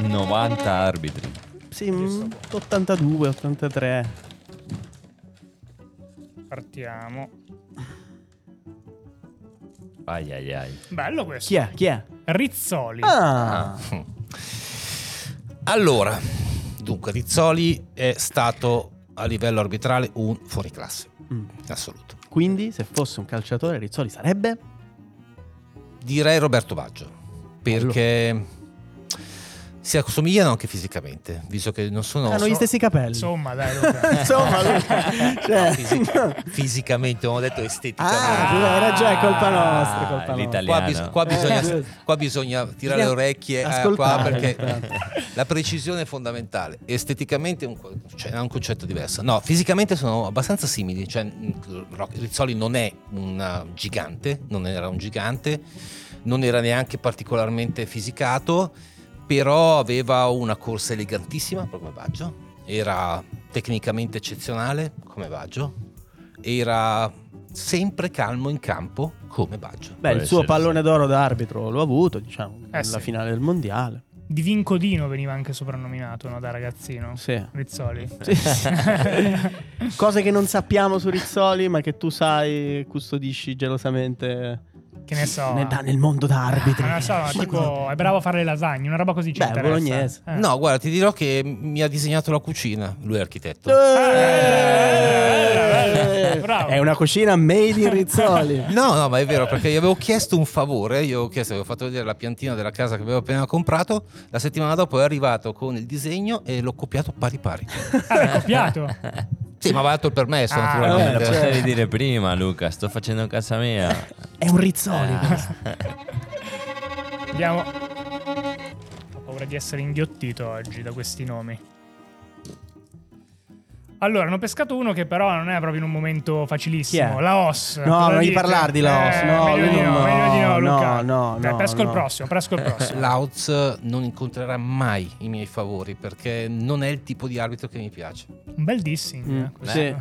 [SPEAKER 1] 90 arbitri.
[SPEAKER 2] Sì, mm, 82, 83.
[SPEAKER 3] Partiamo.
[SPEAKER 1] Ai ai ai.
[SPEAKER 3] Bello questo.
[SPEAKER 2] Chi è? Chi è?
[SPEAKER 3] Rizzoli.
[SPEAKER 2] Ah.
[SPEAKER 4] Allora, dunque, Rizzoli è stato a livello arbitrale un fuoriclasse,
[SPEAKER 2] Mm.
[SPEAKER 4] assoluto.
[SPEAKER 2] Quindi, se fosse un calciatore, Rizzoli sarebbe?
[SPEAKER 4] Direi Roberto Baggio, perché si assomigliano anche fisicamente, visto che non sono...
[SPEAKER 2] Hanno gli
[SPEAKER 4] sono-
[SPEAKER 2] stessi capelli.
[SPEAKER 3] Insomma, dai Luca.
[SPEAKER 2] <laughs> Insomma,
[SPEAKER 3] <laughs>
[SPEAKER 2] Luca, cioè- <laughs>
[SPEAKER 4] No, fisi- fisicamente, non ho detto esteticamente.
[SPEAKER 2] Ah, tu hai ragione, è colpa nostra. è
[SPEAKER 1] Ah,
[SPEAKER 2] Colpa nostra.
[SPEAKER 1] l'italiano.
[SPEAKER 4] Qua, bis- qua
[SPEAKER 2] Eh, <laughs>
[SPEAKER 4] bisogna,
[SPEAKER 2] giusto.
[SPEAKER 4] qua bisogna tirare le
[SPEAKER 2] Bisogna
[SPEAKER 4] orecchie eh, qua
[SPEAKER 2] ascoltare,
[SPEAKER 4] perché
[SPEAKER 2] esatto.
[SPEAKER 4] <laughs> la precisione è fondamentale. Esteticamente è un, co- cioè, è un concetto diverso. No, fisicamente sono abbastanza simili. Cioè, mh, Rock- Rizzoli non è un uh, gigante, non era un gigante, non era neanche particolarmente fisicato, però aveva una corsa elegantissima, proprio come Baggio. Era tecnicamente eccezionale, come Baggio. Era sempre calmo in campo, come Baggio.
[SPEAKER 2] Beh, il
[SPEAKER 1] Può
[SPEAKER 2] suo
[SPEAKER 1] essere,
[SPEAKER 2] pallone d'oro da arbitro l'ho avuto, diciamo,
[SPEAKER 3] Eh,
[SPEAKER 2] nella
[SPEAKER 3] sì.
[SPEAKER 2] finale del mondiale.
[SPEAKER 3] Di Vincodino veniva anche soprannominato no, da ragazzino. <laughs>
[SPEAKER 2] Sì.
[SPEAKER 3] Rizzoli.
[SPEAKER 2] Sì, sì. <laughs> Cose che non sappiamo su Rizzoli, ma che tu sai, e custodisci gelosamente.
[SPEAKER 3] <laughs> Che ne so.
[SPEAKER 2] Nel, nel mondo da arbitri.
[SPEAKER 3] Ma non so, tipo, è bravo a fare le lasagne, una roba così ci
[SPEAKER 2] Beh,
[SPEAKER 3] interessa.
[SPEAKER 2] bolognese.
[SPEAKER 3] Eh.
[SPEAKER 4] No, guarda, ti dirò che mi ha disegnato la cucina. Lui è architetto.
[SPEAKER 3] Eh, bravo.
[SPEAKER 2] È una cucina made in Rizzoli.
[SPEAKER 4] No, no, ma è vero, perché gli avevo chiesto un favore. Io avevo chiesto, avevo fatto vedere la piantina della casa che avevo appena comprato. La settimana dopo è arrivato con il disegno e l'ho copiato pari pari.
[SPEAKER 3] Ah, l'hai copiato.
[SPEAKER 2] <laughs>
[SPEAKER 4] Sì, ma va dato il permesso,
[SPEAKER 1] Me
[SPEAKER 3] Ah,
[SPEAKER 1] lo
[SPEAKER 4] naturalmente.
[SPEAKER 2] vabbè,
[SPEAKER 1] potevi dire prima, Luca. Sto facendo a casa mia.
[SPEAKER 2] È un Rizzoli. questo.
[SPEAKER 3] Andiamo. Ho paura di essere inghiottito oggi da questi nomi. Allora, ne ho pescato uno che però non è proprio in un momento facilissimo.
[SPEAKER 2] Chi è?
[SPEAKER 3] Laos. Eh,
[SPEAKER 2] No, non gli parlar di Laos, no,
[SPEAKER 3] meglio di
[SPEAKER 2] no,
[SPEAKER 3] no, meglio di no,
[SPEAKER 2] no,
[SPEAKER 3] Luca.
[SPEAKER 2] no,
[SPEAKER 3] Dai,
[SPEAKER 2] no,
[SPEAKER 3] pesco il
[SPEAKER 2] no.
[SPEAKER 3] prossimo, pesco il
[SPEAKER 2] <laughs>
[SPEAKER 3] prossimo.
[SPEAKER 4] Lautz non incontrerà mai i miei favori perché non è il tipo di arbitro che mi piace.
[SPEAKER 3] Un bel dissing.
[SPEAKER 2] Mm,
[SPEAKER 3] eh, questo.
[SPEAKER 2] sì.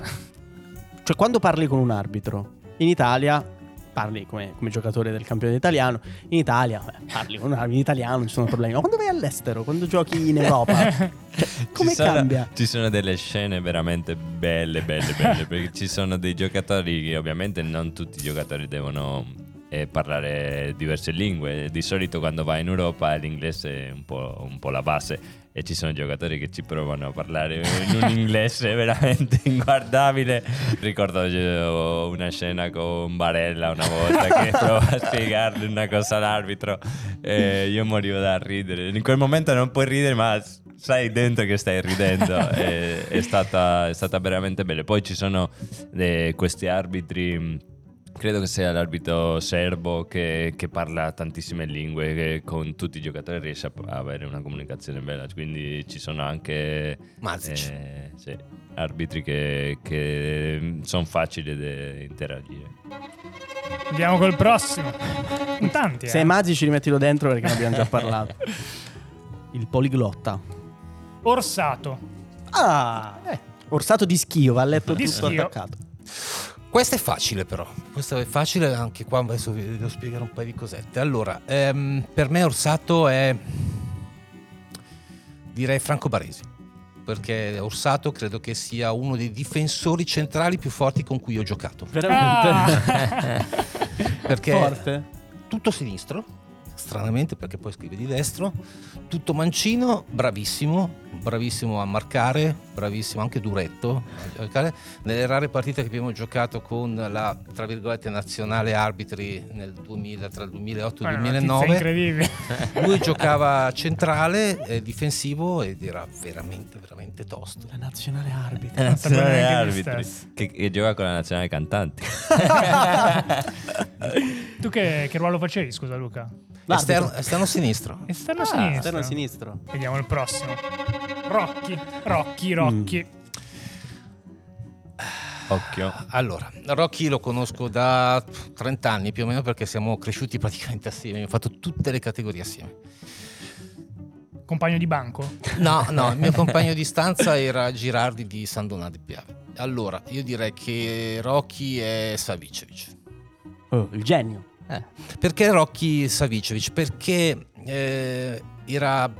[SPEAKER 2] Cioè, quando parli con un arbitro in Italia, parli come, come giocatore del campione italiano. In Italia, beh, parli con un arbitro in italiano, non ci sono problemi. Ma quando vai all'estero, quando giochi in Europa, cioè, <laughs> come
[SPEAKER 1] Ci sono-
[SPEAKER 2] cambia?
[SPEAKER 1] Ci sono delle scene veramente belle, belle, belle. perché ci sono dei giocatori che ovviamente non tutti i giocatori devono eh, parlare diverse lingue. Di solito quando vai in Europa l'inglese è un po', un po' la base. E ci sono giocatori che ci provano a parlare in un inglese <laughs> veramente inguardabile. Ricordo eh, una scena con Barella una volta che prova a spiegargli una cosa all'arbitro e io morivo da ridere. In quel momento non puoi ridere, ma sai dentro che stai ridendo. E- è, stata, è stata veramente bella. Poi ci sono eh, questi arbitri. mh, Credo che sia l'arbitro serbo che, che parla tantissime lingue, che con tutti i giocatori riesce a a avere una comunicazione bella. Quindi ci sono anche
[SPEAKER 4] Mazic.
[SPEAKER 1] eh, sì, arbitri che, sono facili da interagire.
[SPEAKER 3] Andiamo col prossimo. In tanti. eh.
[SPEAKER 2] Se è Mazzi ci rimettilo dentro perché ne abbiamo già parlato. Il poliglotta.
[SPEAKER 3] Orsato.
[SPEAKER 2] Ah! Orsato di schio, va a letto
[SPEAKER 3] Di
[SPEAKER 2] tutto
[SPEAKER 3] schio.
[SPEAKER 2] attaccato.
[SPEAKER 4] Questa è facile però, questa è facile anche qua, adesso vi devo spiegare un paio di cosette. Allora, ehm, per me Orsato è, direi Franco Baresi, perché Orsato credo che sia uno dei difensori centrali più forti con cui ho giocato.
[SPEAKER 2] Veramente?
[SPEAKER 3] Ah!
[SPEAKER 4] Perché
[SPEAKER 2] Forte?
[SPEAKER 4] tutto sinistro, stranamente perché poi scrive di destro, tutto mancino, bravissimo, bravissimo a marcare, bravissimo anche duretto. a giocare. Nelle rare partite che abbiamo giocato con la, tra virgolette, nazionale arbitri nel 2000, tra il 2008 e
[SPEAKER 3] Guarda,
[SPEAKER 4] il
[SPEAKER 3] una tizia
[SPEAKER 4] 2009,
[SPEAKER 3] incredibile.
[SPEAKER 4] lui giocava centrale, eh, difensivo ed era veramente, veramente tosto.
[SPEAKER 2] La nazionale <laughs> arbitro.
[SPEAKER 1] La nazionale
[SPEAKER 3] neanche lui
[SPEAKER 1] arbitri
[SPEAKER 3] stesso.
[SPEAKER 1] che, che gioca con la nazionale cantanti.
[SPEAKER 3] Tu che, che ruolo facevi, scusa Luca?
[SPEAKER 2] L'arbitro.
[SPEAKER 4] Esterno, esterno sinistro.
[SPEAKER 3] Esterno
[SPEAKER 2] Ah,
[SPEAKER 3] sinistro.
[SPEAKER 2] esterno sinistro.
[SPEAKER 3] Vediamo il prossimo. Rocchi, Rocchi, Rocchi.
[SPEAKER 2] Mm.
[SPEAKER 1] Occhio.
[SPEAKER 4] Allora, Rocky lo conosco da 30 anni più o meno perché siamo cresciuti praticamente assieme, abbiamo fatto tutte le categorie assieme.
[SPEAKER 3] Compagno di banco.
[SPEAKER 4] No, no, il mio compagno di stanza era Girardi di San Donato di Piave. Allora, io direi che Rocky è Savicevic.
[SPEAKER 2] Oh, il genio.
[SPEAKER 4] Perché Rocky Savicevic? Perché eh, era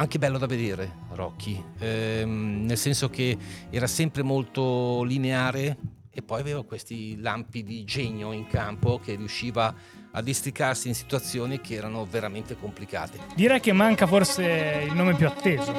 [SPEAKER 4] anche bello da vedere Rocky, ehm, nel senso che era sempre molto lineare e poi aveva questi lampi di genio in campo che riusciva a districarsi in situazioni che erano veramente complicate.
[SPEAKER 3] Direi che manca forse il nome più atteso.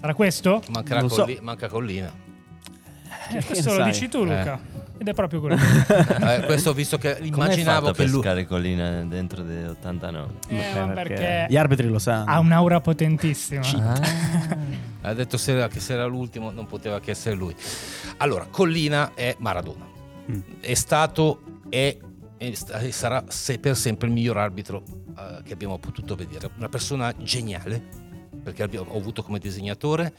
[SPEAKER 3] Sarà questo?
[SPEAKER 4] Mancherà
[SPEAKER 2] Non so.
[SPEAKER 4] Colli- manca Collina.
[SPEAKER 3] Eh,
[SPEAKER 2] che ne
[SPEAKER 3] questo lo
[SPEAKER 2] sai?
[SPEAKER 3] dici tu, Luca. Ed è
[SPEAKER 2] <laughs>
[SPEAKER 3] proprio quello.
[SPEAKER 4] Eh, questo ho visto che
[SPEAKER 1] Come hai
[SPEAKER 4] immaginavo
[SPEAKER 1] fatto
[SPEAKER 4] che
[SPEAKER 1] per
[SPEAKER 4] lui...
[SPEAKER 1] pescare collina dentro di 89?
[SPEAKER 3] Eh, ma perché,
[SPEAKER 2] Gli arbitri lo sanno.
[SPEAKER 3] ha un'aura potentissima. Ah,
[SPEAKER 4] Ha detto se era- che se era l'ultimo non poteva che essere lui. Allora, Collina è Maradona. È stato è, e sta- e sarà se- per sempre il miglior arbitro eh, che abbiamo potuto vedere. Una persona geniale, perché abbiamo- ho avuto come disegnatore.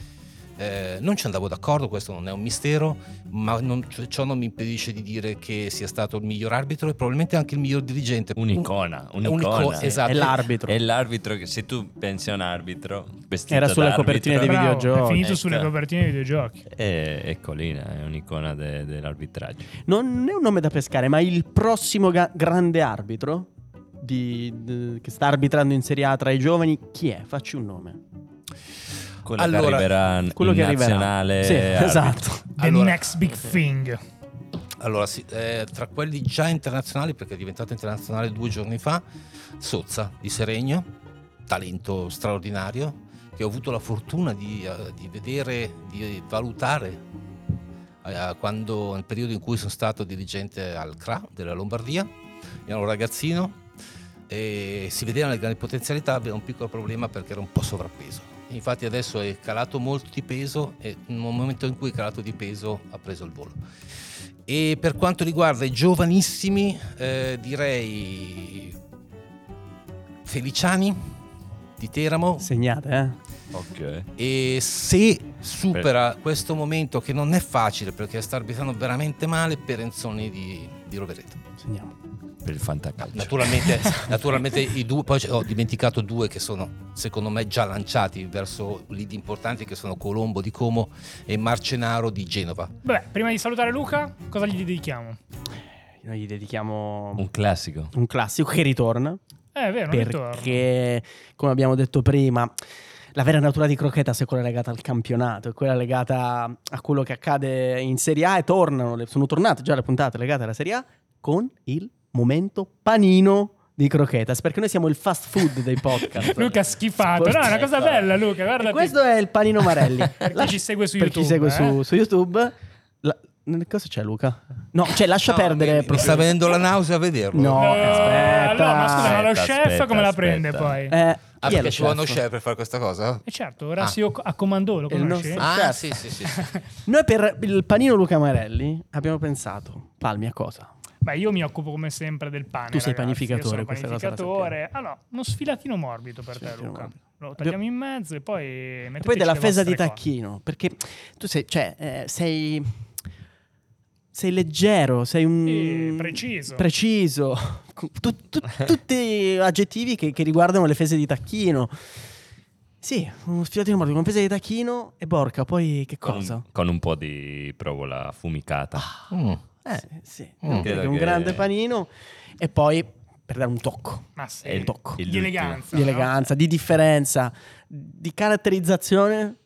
[SPEAKER 4] Eh, non ci andavo d'accordo, questo non è un mistero, ma non- cioè, ciò non mi impedisce di dire che sia stato il miglior arbitro e probabilmente anche il miglior dirigente.
[SPEAKER 1] Un'icona,
[SPEAKER 4] Un-
[SPEAKER 1] un'icona.
[SPEAKER 4] unico- esatto.
[SPEAKER 2] È l'arbitro.
[SPEAKER 1] È l'arbitro che se tu pensi a un arbitro, vestito
[SPEAKER 2] Era sulla
[SPEAKER 1] da
[SPEAKER 2] copertina
[SPEAKER 1] arbitro,
[SPEAKER 2] dei
[SPEAKER 3] Bravo,
[SPEAKER 2] videogiochi.
[SPEAKER 3] È finito sulle
[SPEAKER 1] Ecco.
[SPEAKER 3] copertine dei videogiochi.
[SPEAKER 1] È, è Colina, è un'icona de- dell'arbitraggio.
[SPEAKER 2] Non è un nome da pescare, ma il prossimo ga- grande arbitro di- d- che sta arbitrando in Serie A tra i giovani, chi è? Facci un nome.
[SPEAKER 1] Quello che
[SPEAKER 4] Allora,
[SPEAKER 1] arriverà
[SPEAKER 2] Quello
[SPEAKER 1] in
[SPEAKER 2] che arriverà.
[SPEAKER 1] nazionale.
[SPEAKER 2] Sì,
[SPEAKER 1] arbitro.
[SPEAKER 2] esatto.
[SPEAKER 3] The
[SPEAKER 4] Allora-
[SPEAKER 3] next big thing.
[SPEAKER 4] Allora, sì, eh, tra quelli già internazionali, perché è diventato internazionale due giorni fa, Sozza di Seregno, talento straordinario, che ho avuto la fortuna di, eh, di vedere, di valutare eh, quando, nel periodo in cui sono stato dirigente al CRA della Lombardia, ero un ragazzino e si vedevano le grandi potenzialità, aveva un piccolo problema perché era un po' sovrappeso. Infatti adesso è calato molto di peso e nel momento in cui è calato di peso ha preso il volo. E per quanto riguarda i giovanissimi, eh, direi Feliciani di Teramo.
[SPEAKER 2] Segnate, eh.
[SPEAKER 1] Ok.
[SPEAKER 4] E se supera questo momento, che non è facile perché sta arbitrando veramente male, Perenzoni di, di Rovereto.
[SPEAKER 2] Segniamo.
[SPEAKER 1] Per il
[SPEAKER 4] Cioè.
[SPEAKER 1] fantacalcio.
[SPEAKER 4] <laughs> Naturalmente, naturalmente i due, poi ho dimenticato due che sono secondo me già lanciati verso lead importanti, che sono Colombo di Como e Marcenaro di Genova.
[SPEAKER 3] Vabbè, prima di salutare Luca, cosa gli dedichiamo?
[SPEAKER 2] Noi gli dedichiamo
[SPEAKER 1] Un classico.
[SPEAKER 2] un classico che ritorna.
[SPEAKER 3] Eh, è vero, non ritorno.
[SPEAKER 2] perché, come abbiamo detto prima, la vera natura di Croquetas è quella legata al campionato, è quella legata a quello che accade in Serie A e tornano, le- sono tornate già le puntate legate alla Serie A con il momento panino di Croquetas, perché noi siamo il fast food dei podcast.
[SPEAKER 3] <laughs> Luca ha schifato. No, è una cosa bella, Luca, guarda.
[SPEAKER 2] E questo è il panino Marelli.
[SPEAKER 3] <laughs> Per chi ci segue su
[SPEAKER 2] per chi
[SPEAKER 3] YouTube,
[SPEAKER 2] segue
[SPEAKER 3] eh.
[SPEAKER 2] su, su YouTube. La- cosa c'è Luca? No, cioè lascia
[SPEAKER 4] No,
[SPEAKER 2] perdere.
[SPEAKER 4] mi- mi,
[SPEAKER 2] proprio-
[SPEAKER 4] sta venendo la nausea a vederlo.
[SPEAKER 2] No, aspetta.
[SPEAKER 3] Eh, Allora, ma scusa, ma lo
[SPEAKER 1] Aspetta,
[SPEAKER 3] chef come la
[SPEAKER 1] aspetta,
[SPEAKER 3] prende
[SPEAKER 1] aspetta.
[SPEAKER 3] poi?
[SPEAKER 2] Eh, Ah.
[SPEAKER 4] Ah,
[SPEAKER 2] chi è lo
[SPEAKER 4] perché ci vuole uno
[SPEAKER 2] chef?
[SPEAKER 4] chef per fare questa cosa?
[SPEAKER 3] E certo, Orazio a comando, lo
[SPEAKER 2] È il
[SPEAKER 3] conosci?
[SPEAKER 2] nostro-
[SPEAKER 4] Ah,
[SPEAKER 2] Eh, Certo.
[SPEAKER 4] sì, sì, sì. sì.
[SPEAKER 2] Noi per il panino Luca Marelli abbiamo pensato, Palmi, a cosa?
[SPEAKER 3] Beh, io mi occupo come sempre del pane.
[SPEAKER 2] Tu sei
[SPEAKER 3] ragazzi.
[SPEAKER 2] panificatore,
[SPEAKER 3] Io sono
[SPEAKER 2] questa cosa la
[SPEAKER 3] panificatore. Ah, no, uno sfilatino morbido per te,
[SPEAKER 2] Sfilatino
[SPEAKER 3] Luca.
[SPEAKER 2] morbido.
[SPEAKER 3] Lo tagliamo in mezzo e poi.
[SPEAKER 2] E
[SPEAKER 3] metteteci
[SPEAKER 2] poi della
[SPEAKER 3] le
[SPEAKER 2] fesa di
[SPEAKER 3] vostre cose.
[SPEAKER 2] tacchino, perché tu sei, cioè, eh, sei, sei leggero, sei un...
[SPEAKER 3] Sì, preciso.
[SPEAKER 2] preciso. Tu-
[SPEAKER 4] <laughs>
[SPEAKER 2] tu- tutti aggettivi che, che riguardano le fese di tacchino. Sì, uno sfilatino morbido con fese di tacchino e borca, poi che
[SPEAKER 1] Con un-
[SPEAKER 2] cosa? Ah,
[SPEAKER 1] Con, un po' di provola fumicata.
[SPEAKER 4] Mm.
[SPEAKER 2] Eh, sì,
[SPEAKER 4] Mm.
[SPEAKER 2] direi che
[SPEAKER 1] Credo
[SPEAKER 2] un
[SPEAKER 1] che-
[SPEAKER 2] grande panino e poi per dare un tocco.
[SPEAKER 3] Ma Ah, sì,
[SPEAKER 1] È il-
[SPEAKER 2] tocco.
[SPEAKER 1] il
[SPEAKER 3] di
[SPEAKER 1] ultimo.
[SPEAKER 3] eleganza.
[SPEAKER 2] Di
[SPEAKER 3] no?
[SPEAKER 2] eleganza, di differenza, di caratterizzazione
[SPEAKER 1] Mm.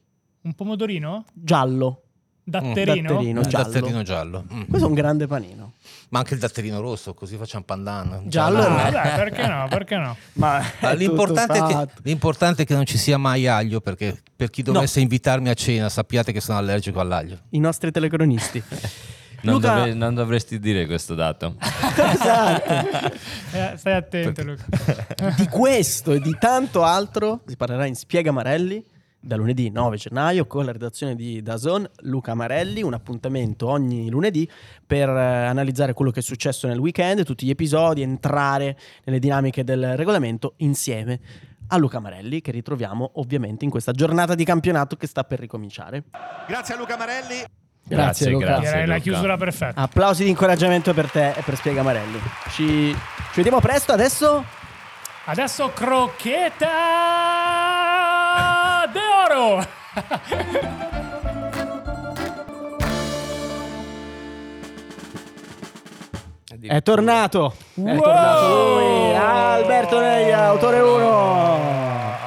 [SPEAKER 3] Un pomodorino?
[SPEAKER 2] giallo.
[SPEAKER 3] Datterino?
[SPEAKER 4] Il datterino giallo. Mm.
[SPEAKER 2] Questo è un grande panino.
[SPEAKER 4] Ma anche il datterino rosso, così facciamo pandan.
[SPEAKER 2] Giallo eh.
[SPEAKER 4] Ciao.
[SPEAKER 2] no.
[SPEAKER 3] Ah, beh, perché no? Perché
[SPEAKER 2] <laughs>
[SPEAKER 3] no?
[SPEAKER 2] Ma
[SPEAKER 4] Ma
[SPEAKER 2] è
[SPEAKER 4] L'importante <laughs> è,
[SPEAKER 2] tutto
[SPEAKER 4] che,
[SPEAKER 2] fatto.
[SPEAKER 4] l'importante è che non ci sia mai aglio, perché per chi dovesse invitarmi a cena sappiate che sono allergico all'aglio.
[SPEAKER 2] I nostri telecronisti.
[SPEAKER 1] Non,
[SPEAKER 2] Luca,
[SPEAKER 1] dovre- non dovresti dire questo
[SPEAKER 2] <laughs>
[SPEAKER 1] dato.
[SPEAKER 2] Esatto.
[SPEAKER 3] Eh, stai attento,
[SPEAKER 1] <laughs>
[SPEAKER 3] Luca.
[SPEAKER 1] Ah,
[SPEAKER 2] di questo e di tanto altro si parlerà in Spiega Marelli da lunedì 9 gennaio con la redazione di Dazon, Luca Marelli, un appuntamento ogni lunedì per eh, analizzare quello che è successo nel weekend, tutti gli episodi, entrare nelle dinamiche del regolamento insieme a Luca Marelli che ritroviamo ovviamente in questa giornata di campionato che sta per ricominciare.
[SPEAKER 6] Grazie a Luca Marelli.
[SPEAKER 1] Grazie, grazie.
[SPEAKER 3] Direi la
[SPEAKER 1] Luca.
[SPEAKER 3] chiusura perfetta.
[SPEAKER 2] Applausi di incoraggiamento per te e per Spiega Marelli. Ci, ci vediamo presto, adesso
[SPEAKER 3] Adesso crocchetta de oro.
[SPEAKER 2] è tornato. È
[SPEAKER 3] Wow!
[SPEAKER 2] tornato lui, Alberto Neia, autore 1.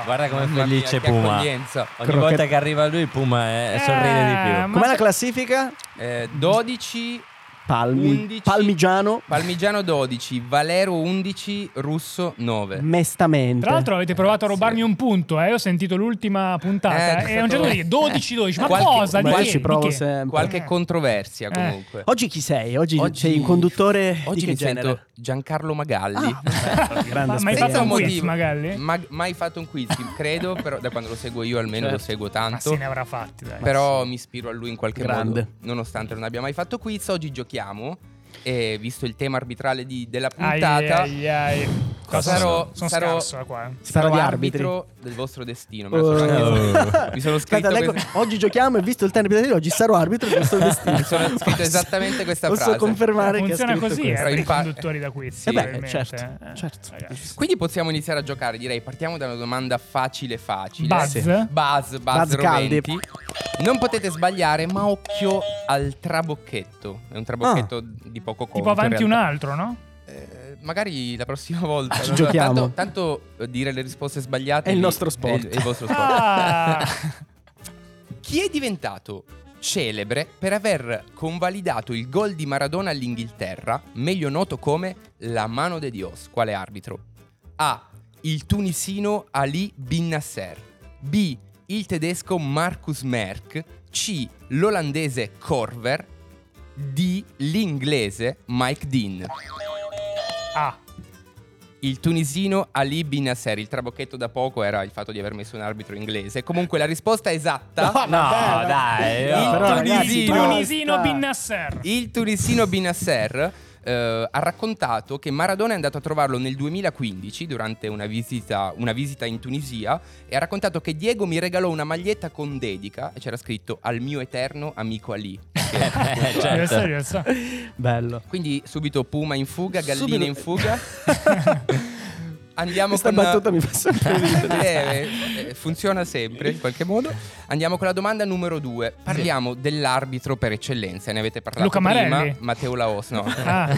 [SPEAKER 1] Guarda come
[SPEAKER 11] Mamma mia,
[SPEAKER 1] felice
[SPEAKER 11] che
[SPEAKER 1] Puma. Ogni
[SPEAKER 11] accoglienza.
[SPEAKER 1] volta che arriva lui, Puma è- sorride di più.
[SPEAKER 3] Eh, ma-
[SPEAKER 2] Com'è la classifica?
[SPEAKER 11] Eh, 12,
[SPEAKER 2] Palmi,
[SPEAKER 11] 11.
[SPEAKER 2] Palmigiano,
[SPEAKER 11] Parmigiano 12, Valero 11, Russo 9.
[SPEAKER 2] mestamente.
[SPEAKER 3] Tra l'altro avete provato a rubarmi un punto, eh? Io ho sentito l'ultima puntata
[SPEAKER 11] Eh,
[SPEAKER 3] eh, e a un certo punto
[SPEAKER 11] stato-
[SPEAKER 3] 12-12, ma
[SPEAKER 11] Qualche-
[SPEAKER 3] cosa? Di
[SPEAKER 2] Beh,
[SPEAKER 11] qualche-
[SPEAKER 3] che?
[SPEAKER 2] ci provo
[SPEAKER 3] Di che?
[SPEAKER 2] sempre.
[SPEAKER 11] Qualche controversia
[SPEAKER 3] Eh.
[SPEAKER 11] comunque.
[SPEAKER 2] Oggi chi sei? Ehm, Oggi,
[SPEAKER 11] Oggi-
[SPEAKER 2] sei un conduttore
[SPEAKER 11] Oggi
[SPEAKER 2] di che
[SPEAKER 11] mi
[SPEAKER 2] genere?
[SPEAKER 11] <laughs>
[SPEAKER 2] Ah,
[SPEAKER 11] sento Giancarlo Magalli.
[SPEAKER 2] Grande
[SPEAKER 3] Ma- ma hai
[SPEAKER 2] esperienza.
[SPEAKER 3] fatto un
[SPEAKER 11] Motivo.
[SPEAKER 3] quiz magari? Ma
[SPEAKER 11] Ma- mai fatto un quiz, credo, però da quando lo seguo io almeno
[SPEAKER 2] Certo.
[SPEAKER 11] lo seguo tanto.
[SPEAKER 3] se ne avrà fatti, dai.
[SPEAKER 11] Però mi ispiro a lui in qualche
[SPEAKER 2] Eh, Grande.
[SPEAKER 11] modo, nonostante non abbia mai fatto quiz. Oggi giochiamo e visto il tema arbitrale di- della puntata,
[SPEAKER 3] Ai, ai, ai.
[SPEAKER 11] Cosa
[SPEAKER 3] sono,
[SPEAKER 11] sarò-
[SPEAKER 3] sono
[SPEAKER 11] sarò-
[SPEAKER 3] scarso da qua. eh.
[SPEAKER 2] Sarà
[SPEAKER 11] sarò
[SPEAKER 2] di
[SPEAKER 11] arbitro del vostro destino. Me la
[SPEAKER 2] Oh.
[SPEAKER 11] sono
[SPEAKER 2] <laughs>
[SPEAKER 11] anche-
[SPEAKER 1] Oh.
[SPEAKER 11] mi sono
[SPEAKER 2] Aspetta,
[SPEAKER 11] scritto
[SPEAKER 2] leggo-
[SPEAKER 11] questa-
[SPEAKER 2] Oggi giochiamo e visto il termine di oggi sarò arbitro del nostro destino.
[SPEAKER 11] <laughs> Mi sono scritto
[SPEAKER 2] Posso-
[SPEAKER 11] esattamente questa
[SPEAKER 2] posso
[SPEAKER 11] frase.
[SPEAKER 2] confermare che ha
[SPEAKER 3] Funziona
[SPEAKER 2] scritto
[SPEAKER 3] così, eh,
[SPEAKER 2] questo.
[SPEAKER 3] per i
[SPEAKER 11] Impa-
[SPEAKER 3] conduttori da quiz.
[SPEAKER 11] Sì,
[SPEAKER 2] Eh beh,
[SPEAKER 3] probabilmente,
[SPEAKER 2] certo,
[SPEAKER 3] eh.
[SPEAKER 2] certo.
[SPEAKER 3] Ragazzi.
[SPEAKER 11] Quindi possiamo iniziare a giocare, direi. Partiamo da una domanda facile facile.
[SPEAKER 3] Buzz.
[SPEAKER 11] Sì. Buzz, buzz,
[SPEAKER 2] Buzz caldi.
[SPEAKER 11] roventi. Non potete sbagliare, ma occhio al trabocchetto. È un trabocchetto
[SPEAKER 2] Ah.
[SPEAKER 11] di poco conto.
[SPEAKER 3] Tipo avanti
[SPEAKER 11] in
[SPEAKER 3] un
[SPEAKER 11] realtà.
[SPEAKER 3] altro, no?
[SPEAKER 11] Eh, magari
[SPEAKER 2] <laughs>
[SPEAKER 11] la prossima volta.
[SPEAKER 2] Ci
[SPEAKER 11] non so.
[SPEAKER 2] giochiamo.
[SPEAKER 11] Tanto, tanto, eh, dire le risposte sbagliate
[SPEAKER 2] È il
[SPEAKER 11] lì-
[SPEAKER 2] nostro sport.
[SPEAKER 11] È il, è il
[SPEAKER 2] <laughs>
[SPEAKER 11] vostro sport.
[SPEAKER 3] Ah,
[SPEAKER 11] Chi è diventato celebre per aver convalidato il gol di Maradona all'Inghilterra, meglio noto come la mano de Dios, quale arbitro? A. Il tunisino Ali Bin Nasser. B. Il tedesco Marcus Merck. C. L'olandese Corver. D. L'inglese Mike Dean.
[SPEAKER 3] ah,
[SPEAKER 11] Il tunisino Ali Bin Nasser. Il trabocchetto da poco era il fatto di aver messo un arbitro inglese. Comunque la risposta esatta.
[SPEAKER 1] No, dai. no.
[SPEAKER 2] Però, ragazzi,
[SPEAKER 11] Tunisino.
[SPEAKER 2] basta.
[SPEAKER 3] Tunisino Bin Nasser.
[SPEAKER 11] Il tunisino Binasser eh, ha raccontato che Maradona è andato a trovarlo nel 2015 durante una visita, una visita in Tunisia e ha raccontato che Diego mi regalò una maglietta con dedica e c'era scritto al mio eterno amico Ali.
[SPEAKER 1] Eh,
[SPEAKER 3] Io so,
[SPEAKER 1] certo.
[SPEAKER 3] io so.
[SPEAKER 2] Bello.
[SPEAKER 11] Quindi subito Puma in fuga,
[SPEAKER 2] Subito-
[SPEAKER 11] Gallina
[SPEAKER 2] <laughs>
[SPEAKER 11] in fuga. Andiamo
[SPEAKER 2] Questa
[SPEAKER 11] con
[SPEAKER 2] battuta mi fa sempre ridere.
[SPEAKER 11] Eh, eh, funziona sempre in qualche modo. Andiamo con la domanda numero due. Parliamo dell'arbitro per eccellenza. Ne avete parlato
[SPEAKER 3] Luca
[SPEAKER 11] prima,
[SPEAKER 3] Marelli?
[SPEAKER 11] Matteo Laos. No.
[SPEAKER 3] Ah,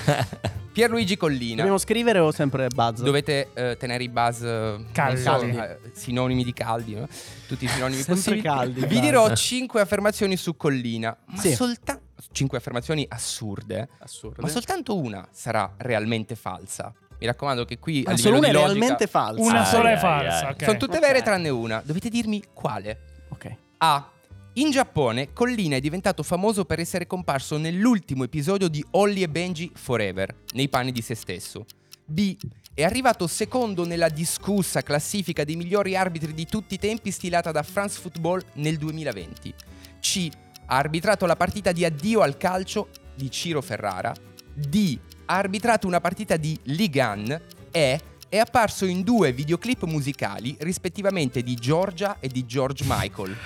[SPEAKER 11] Pierluigi Collina.
[SPEAKER 2] Dobbiamo scrivere o sempre buzz?
[SPEAKER 11] Dovete eh, tenere i buzz eh,
[SPEAKER 3] Caldi.
[SPEAKER 11] non so, eh, sinonimi di caldi, no? tutti i sinonimi
[SPEAKER 2] Sempre
[SPEAKER 11] possibili.
[SPEAKER 2] caldi,
[SPEAKER 11] Vi
[SPEAKER 2] buzz.
[SPEAKER 11] dirò cinque affermazioni su Collina, ma
[SPEAKER 2] Sì.
[SPEAKER 11] soltanto cinque affermazioni assurde,
[SPEAKER 2] Assurdo.
[SPEAKER 11] ma soltanto una sarà realmente falsa. Mi raccomando che qui a
[SPEAKER 2] Ah,
[SPEAKER 11] livello
[SPEAKER 2] solo una è
[SPEAKER 11] di logica
[SPEAKER 2] realmente falsa.
[SPEAKER 3] una
[SPEAKER 1] Ah,
[SPEAKER 3] sola
[SPEAKER 1] ai,
[SPEAKER 3] è
[SPEAKER 1] ai,
[SPEAKER 3] falsa.
[SPEAKER 1] ai.
[SPEAKER 3] ok.
[SPEAKER 11] sono tutte vere
[SPEAKER 2] Ok.
[SPEAKER 11] tranne una. Dovete dirmi quale.
[SPEAKER 2] Ok.
[SPEAKER 11] A. In Giappone, Collina è diventato famoso per essere comparso nell'ultimo episodio di Holly e Benji Forever, nei panni di se stesso. B. È arrivato secondo nella discussa classifica dei migliori arbitri di tutti i tempi stilata da France Football nel 2020. C. Ha arbitrato la partita di addio al calcio di Ciro Ferrara. D. Ha arbitrato una partita di Ligan. E. È apparso in due videoclip musicali, rispettivamente di Georgia e di George Michael.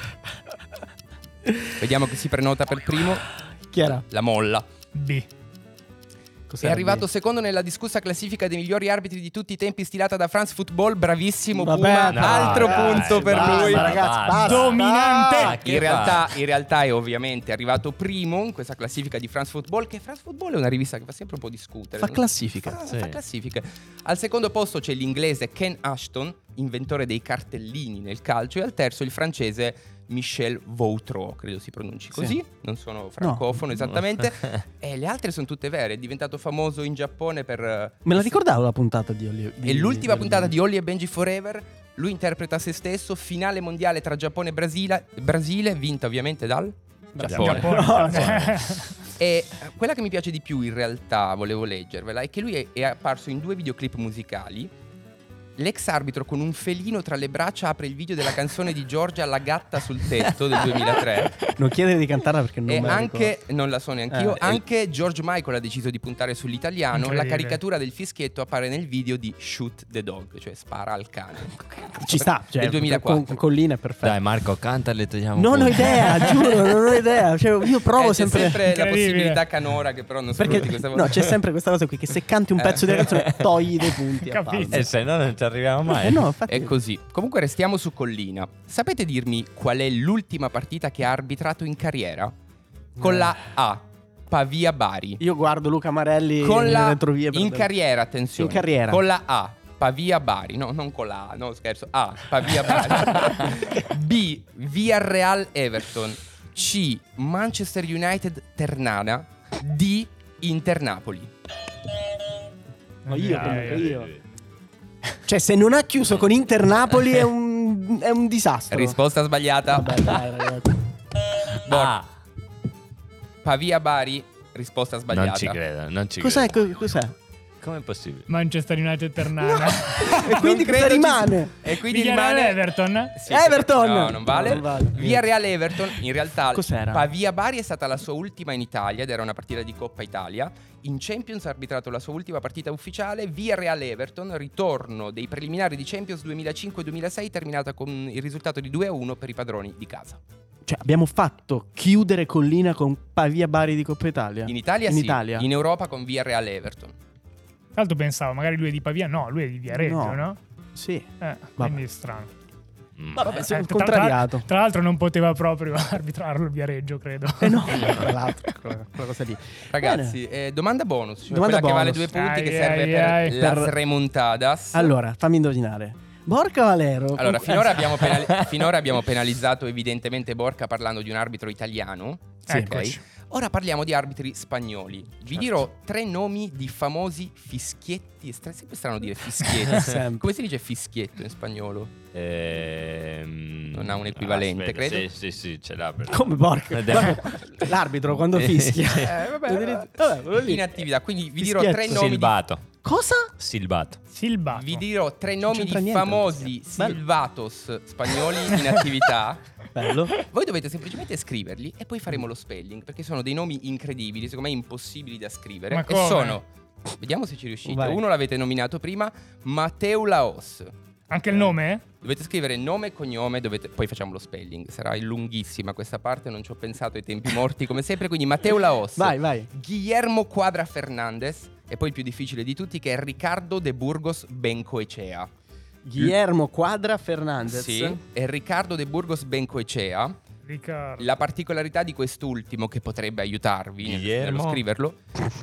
[SPEAKER 11] Vediamo chi si prenota per primo.
[SPEAKER 2] Chiara,
[SPEAKER 11] La molla.
[SPEAKER 3] B.
[SPEAKER 2] cos'è?
[SPEAKER 11] È arrivato secondo nella discussa classifica dei migliori arbitri di tutti i tempi stilata da France Football. Bravissimo
[SPEAKER 2] Vabbè,
[SPEAKER 11] Puma.
[SPEAKER 2] dai,
[SPEAKER 11] Altro
[SPEAKER 1] dai,
[SPEAKER 11] punto per
[SPEAKER 1] basta,
[SPEAKER 11] lui.
[SPEAKER 1] ragazzi,
[SPEAKER 2] basta.
[SPEAKER 3] Dominante.
[SPEAKER 1] Ah, che
[SPEAKER 11] In realtà, in realtà è ovviamente arrivato primo in questa classifica di France Football, che France Football è una rivista che fa sempre un po' discutere.
[SPEAKER 2] Fa
[SPEAKER 11] no?
[SPEAKER 2] classifica.
[SPEAKER 11] Fa,
[SPEAKER 1] sì.
[SPEAKER 11] fa classifiche. Al secondo posto c'è l'inglese Ken Ashton, inventore dei cartellini nel calcio, e al terzo il francese Michel Vautreau, credo si pronunci così,
[SPEAKER 2] Sì.
[SPEAKER 11] non sono francofono
[SPEAKER 2] No. <laughs>
[SPEAKER 11] esattamente, e le altre sono tutte vere, è diventato famoso in Giappone per... eh,
[SPEAKER 2] Me la ricordavo la puntata di Olio?
[SPEAKER 11] E l'ultima puntata di Holly e Benji Forever, lui interpreta se stesso, finale mondiale tra Giappone e Brasile, Brasile vinta ovviamente dal
[SPEAKER 1] Giappone.
[SPEAKER 3] Giappone.
[SPEAKER 1] Giappone.
[SPEAKER 11] e eh, quella che mi piace di più in realtà, volevo leggervela, è che lui è, è apparso in due videoclip musicali. L'ex arbitro con un felino tra le braccia apre il video della canzone di Giorgia La gatta sul tetto
[SPEAKER 2] <laughs>
[SPEAKER 11] del 2003.
[SPEAKER 2] Non chiedere di cantarla perché non
[SPEAKER 11] E
[SPEAKER 2] me la
[SPEAKER 11] anche,
[SPEAKER 2] ricordo.
[SPEAKER 11] non la so neanche io,
[SPEAKER 2] Eh,
[SPEAKER 11] anche George Michael ha deciso di puntare sull'italiano. La
[SPEAKER 3] Incredibile.
[SPEAKER 11] caricatura del fischietto appare nel video di Shoot the Dog, cioè spara al cane.
[SPEAKER 2] <laughs> Ci sta, cioè,
[SPEAKER 11] Del 2004.
[SPEAKER 2] Con, collina è perfetto.
[SPEAKER 1] Dai Marco, cantale e togliamo
[SPEAKER 2] Non ho
[SPEAKER 1] punti.
[SPEAKER 2] idea,
[SPEAKER 1] <laughs>
[SPEAKER 2] giuro,
[SPEAKER 11] <laughs>
[SPEAKER 2] non ho idea. Cioè, io provo
[SPEAKER 11] Eh, c'è
[SPEAKER 2] sempre...
[SPEAKER 11] la
[SPEAKER 3] Incredibile.
[SPEAKER 11] possibilità canora che però non
[SPEAKER 2] <laughs> Perché
[SPEAKER 11] sfrutti questa
[SPEAKER 2] no, c'è sempre questa cosa qui che se canti un pezzo di
[SPEAKER 11] Eh.
[SPEAKER 2] canzone togli dei punti. a
[SPEAKER 3] Capito.
[SPEAKER 1] E
[SPEAKER 2] palla.
[SPEAKER 1] Eh, se no non ci arriviamo mai.
[SPEAKER 2] Eh no, infatti-
[SPEAKER 11] <laughs> È così. Comunque restiamo su Collina. Sapete dirmi qual è l'ultima partita che ha arbitrato in carriera? Con la A, Pavia Bari.
[SPEAKER 2] Io guardo Luca Marelli
[SPEAKER 11] Con
[SPEAKER 2] nelle
[SPEAKER 11] la
[SPEAKER 2] retrovie per
[SPEAKER 11] in
[SPEAKER 2] bene.
[SPEAKER 11] carriera, attenzione.
[SPEAKER 2] In carriera.
[SPEAKER 11] Con la A, Pavia Bari. No, non con la A, no, scherzo. A, Pavia
[SPEAKER 2] <laughs>
[SPEAKER 11] Bari. B, Via Real Everton. C, Manchester United Ternana. D, Inter Napoli.
[SPEAKER 2] Ma io,
[SPEAKER 3] Dai.
[SPEAKER 2] comunque, io. Cioè, se non ha chiuso con Inter Napoli è un, è un disastro.
[SPEAKER 11] Risposta sbagliata.
[SPEAKER 2] Vabbè, dai, ragazzi.
[SPEAKER 11] Boh.
[SPEAKER 1] Ah,
[SPEAKER 11] Pavia Bari, risposta sbagliata.
[SPEAKER 1] non ci credo, non ci
[SPEAKER 2] Cos'è?
[SPEAKER 1] credo.
[SPEAKER 2] co- Cos'è?
[SPEAKER 1] Com'è possibile?
[SPEAKER 3] Manchester United Ternana. <laughs>
[SPEAKER 2] E quindi
[SPEAKER 11] credo
[SPEAKER 2] cosa
[SPEAKER 11] ci
[SPEAKER 2] rimane?
[SPEAKER 11] si- E quindi
[SPEAKER 3] Villarreal
[SPEAKER 11] rimane
[SPEAKER 3] Everton?
[SPEAKER 11] Sì,
[SPEAKER 2] Everton!
[SPEAKER 11] No, non vale.
[SPEAKER 2] No, non vale.
[SPEAKER 11] Via Real Everton, in realtà
[SPEAKER 2] Cos'era?
[SPEAKER 11] Pavia Bari è stata la sua ultima in Italia ed era una partita di Coppa Italia. In Champions ha arbitrato la sua ultima partita ufficiale, Via Real Everton, ritorno dei preliminari di Champions 2005-2006 terminata con il risultato di 2-1 per i padroni di casa.
[SPEAKER 2] Cioè, abbiamo fatto chiudere collina con Pavia Bari di Coppa Italia.
[SPEAKER 11] In Italia
[SPEAKER 2] Eh. In
[SPEAKER 11] sì,
[SPEAKER 2] Italia.
[SPEAKER 11] in Europa con Via Real Everton.
[SPEAKER 3] Tra l'altro pensavo, magari lui è di Pavia. No, lui è di Viareggio, no?
[SPEAKER 2] No. Sì.
[SPEAKER 3] Eh, quindi è strano.
[SPEAKER 1] Mm.
[SPEAKER 2] Vabbè, sono
[SPEAKER 3] Eh, tra-
[SPEAKER 2] contrariato.
[SPEAKER 3] Tra, tra l'altro non poteva proprio <laughs> arbitrarlo il Viareggio, credo.
[SPEAKER 2] Eh <laughs> no, tra l'altro, quella quella cosa lì.
[SPEAKER 11] Ragazzi, eh, domanda bonus, cioè
[SPEAKER 2] Domanda
[SPEAKER 11] quella che vale
[SPEAKER 2] bonus.
[SPEAKER 11] due punti che
[SPEAKER 3] Ai,
[SPEAKER 11] serve
[SPEAKER 3] ai,
[SPEAKER 11] per
[SPEAKER 3] ai.
[SPEAKER 11] la
[SPEAKER 2] Per-
[SPEAKER 11] remontadas.
[SPEAKER 2] Allora, fammi indovinare. Borca Valero.
[SPEAKER 11] Allora,
[SPEAKER 2] con-
[SPEAKER 11] finora
[SPEAKER 2] eh,
[SPEAKER 11] abbiamo,
[SPEAKER 2] <laughs>
[SPEAKER 11] <laughs> penali- finora abbiamo penalizzato evidentemente Borca parlando di un arbitro italiano.
[SPEAKER 3] Sì.
[SPEAKER 11] ok?
[SPEAKER 3] Eccoci.
[SPEAKER 11] Ora parliamo di arbitri spagnoli. Vi
[SPEAKER 3] Certo.
[SPEAKER 11] dirò tre nomi di famosi fischietti. È stra- sempre strano dire
[SPEAKER 3] <laughs>
[SPEAKER 11] fischietti.
[SPEAKER 2] Sempre.
[SPEAKER 11] Come si dice fischietto in spagnolo?
[SPEAKER 1] Ehm,
[SPEAKER 11] Non ha un equivalente,
[SPEAKER 1] aspetta,
[SPEAKER 11] credo.
[SPEAKER 1] Sì, sì, sì, ce l'ha. però.
[SPEAKER 2] Come Borca?
[SPEAKER 1] Ed è-
[SPEAKER 2] Guarda, <laughs> L'arbitro quando fischia.
[SPEAKER 11] Eh, vabbè,
[SPEAKER 2] Vabbè, volevo dire-
[SPEAKER 11] in attività. Quindi vi dirò
[SPEAKER 2] Fischietto.
[SPEAKER 11] tre nomi di
[SPEAKER 1] Silbato,
[SPEAKER 2] Cosa?
[SPEAKER 1] silbato.
[SPEAKER 3] Silbato.
[SPEAKER 11] Vi dirò tre nomi
[SPEAKER 2] c'entra
[SPEAKER 11] di
[SPEAKER 2] niente,
[SPEAKER 11] famosi
[SPEAKER 2] ragazzi. Bello.
[SPEAKER 11] silvatos spagnoli in attività.
[SPEAKER 2] <laughs> Bello.
[SPEAKER 11] Voi dovete semplicemente scriverli e poi faremo lo spelling, perché sono dei nomi incredibili, secondo me impossibili da scrivere.
[SPEAKER 3] Ma
[SPEAKER 11] E
[SPEAKER 3] come?
[SPEAKER 11] sono, vediamo se ci riuscite,
[SPEAKER 2] Vai.
[SPEAKER 11] uno l'avete nominato prima, Matteo Laos.
[SPEAKER 3] Anche il nome?
[SPEAKER 11] Dovete scrivere nome e cognome, dovete- poi facciamo lo spelling. Sarà lunghissima questa parte, non ci ho pensato ai tempi morti come sempre, quindi Matteo Laos.
[SPEAKER 2] Vai, vai.
[SPEAKER 11] Guillermo Quadra Fernandez e poi il più difficile di tutti che è Riccardo De Burgos Bencoecea.
[SPEAKER 2] Guillermo Quadra Fernandez.
[SPEAKER 11] Sì, è Riccardo De Burgos Bencoecea.
[SPEAKER 3] Riccardo.
[SPEAKER 11] La particolarità di quest'ultimo che potrebbe aiutarvi nel-
[SPEAKER 1] Guillermo.
[SPEAKER 11] nello scriverlo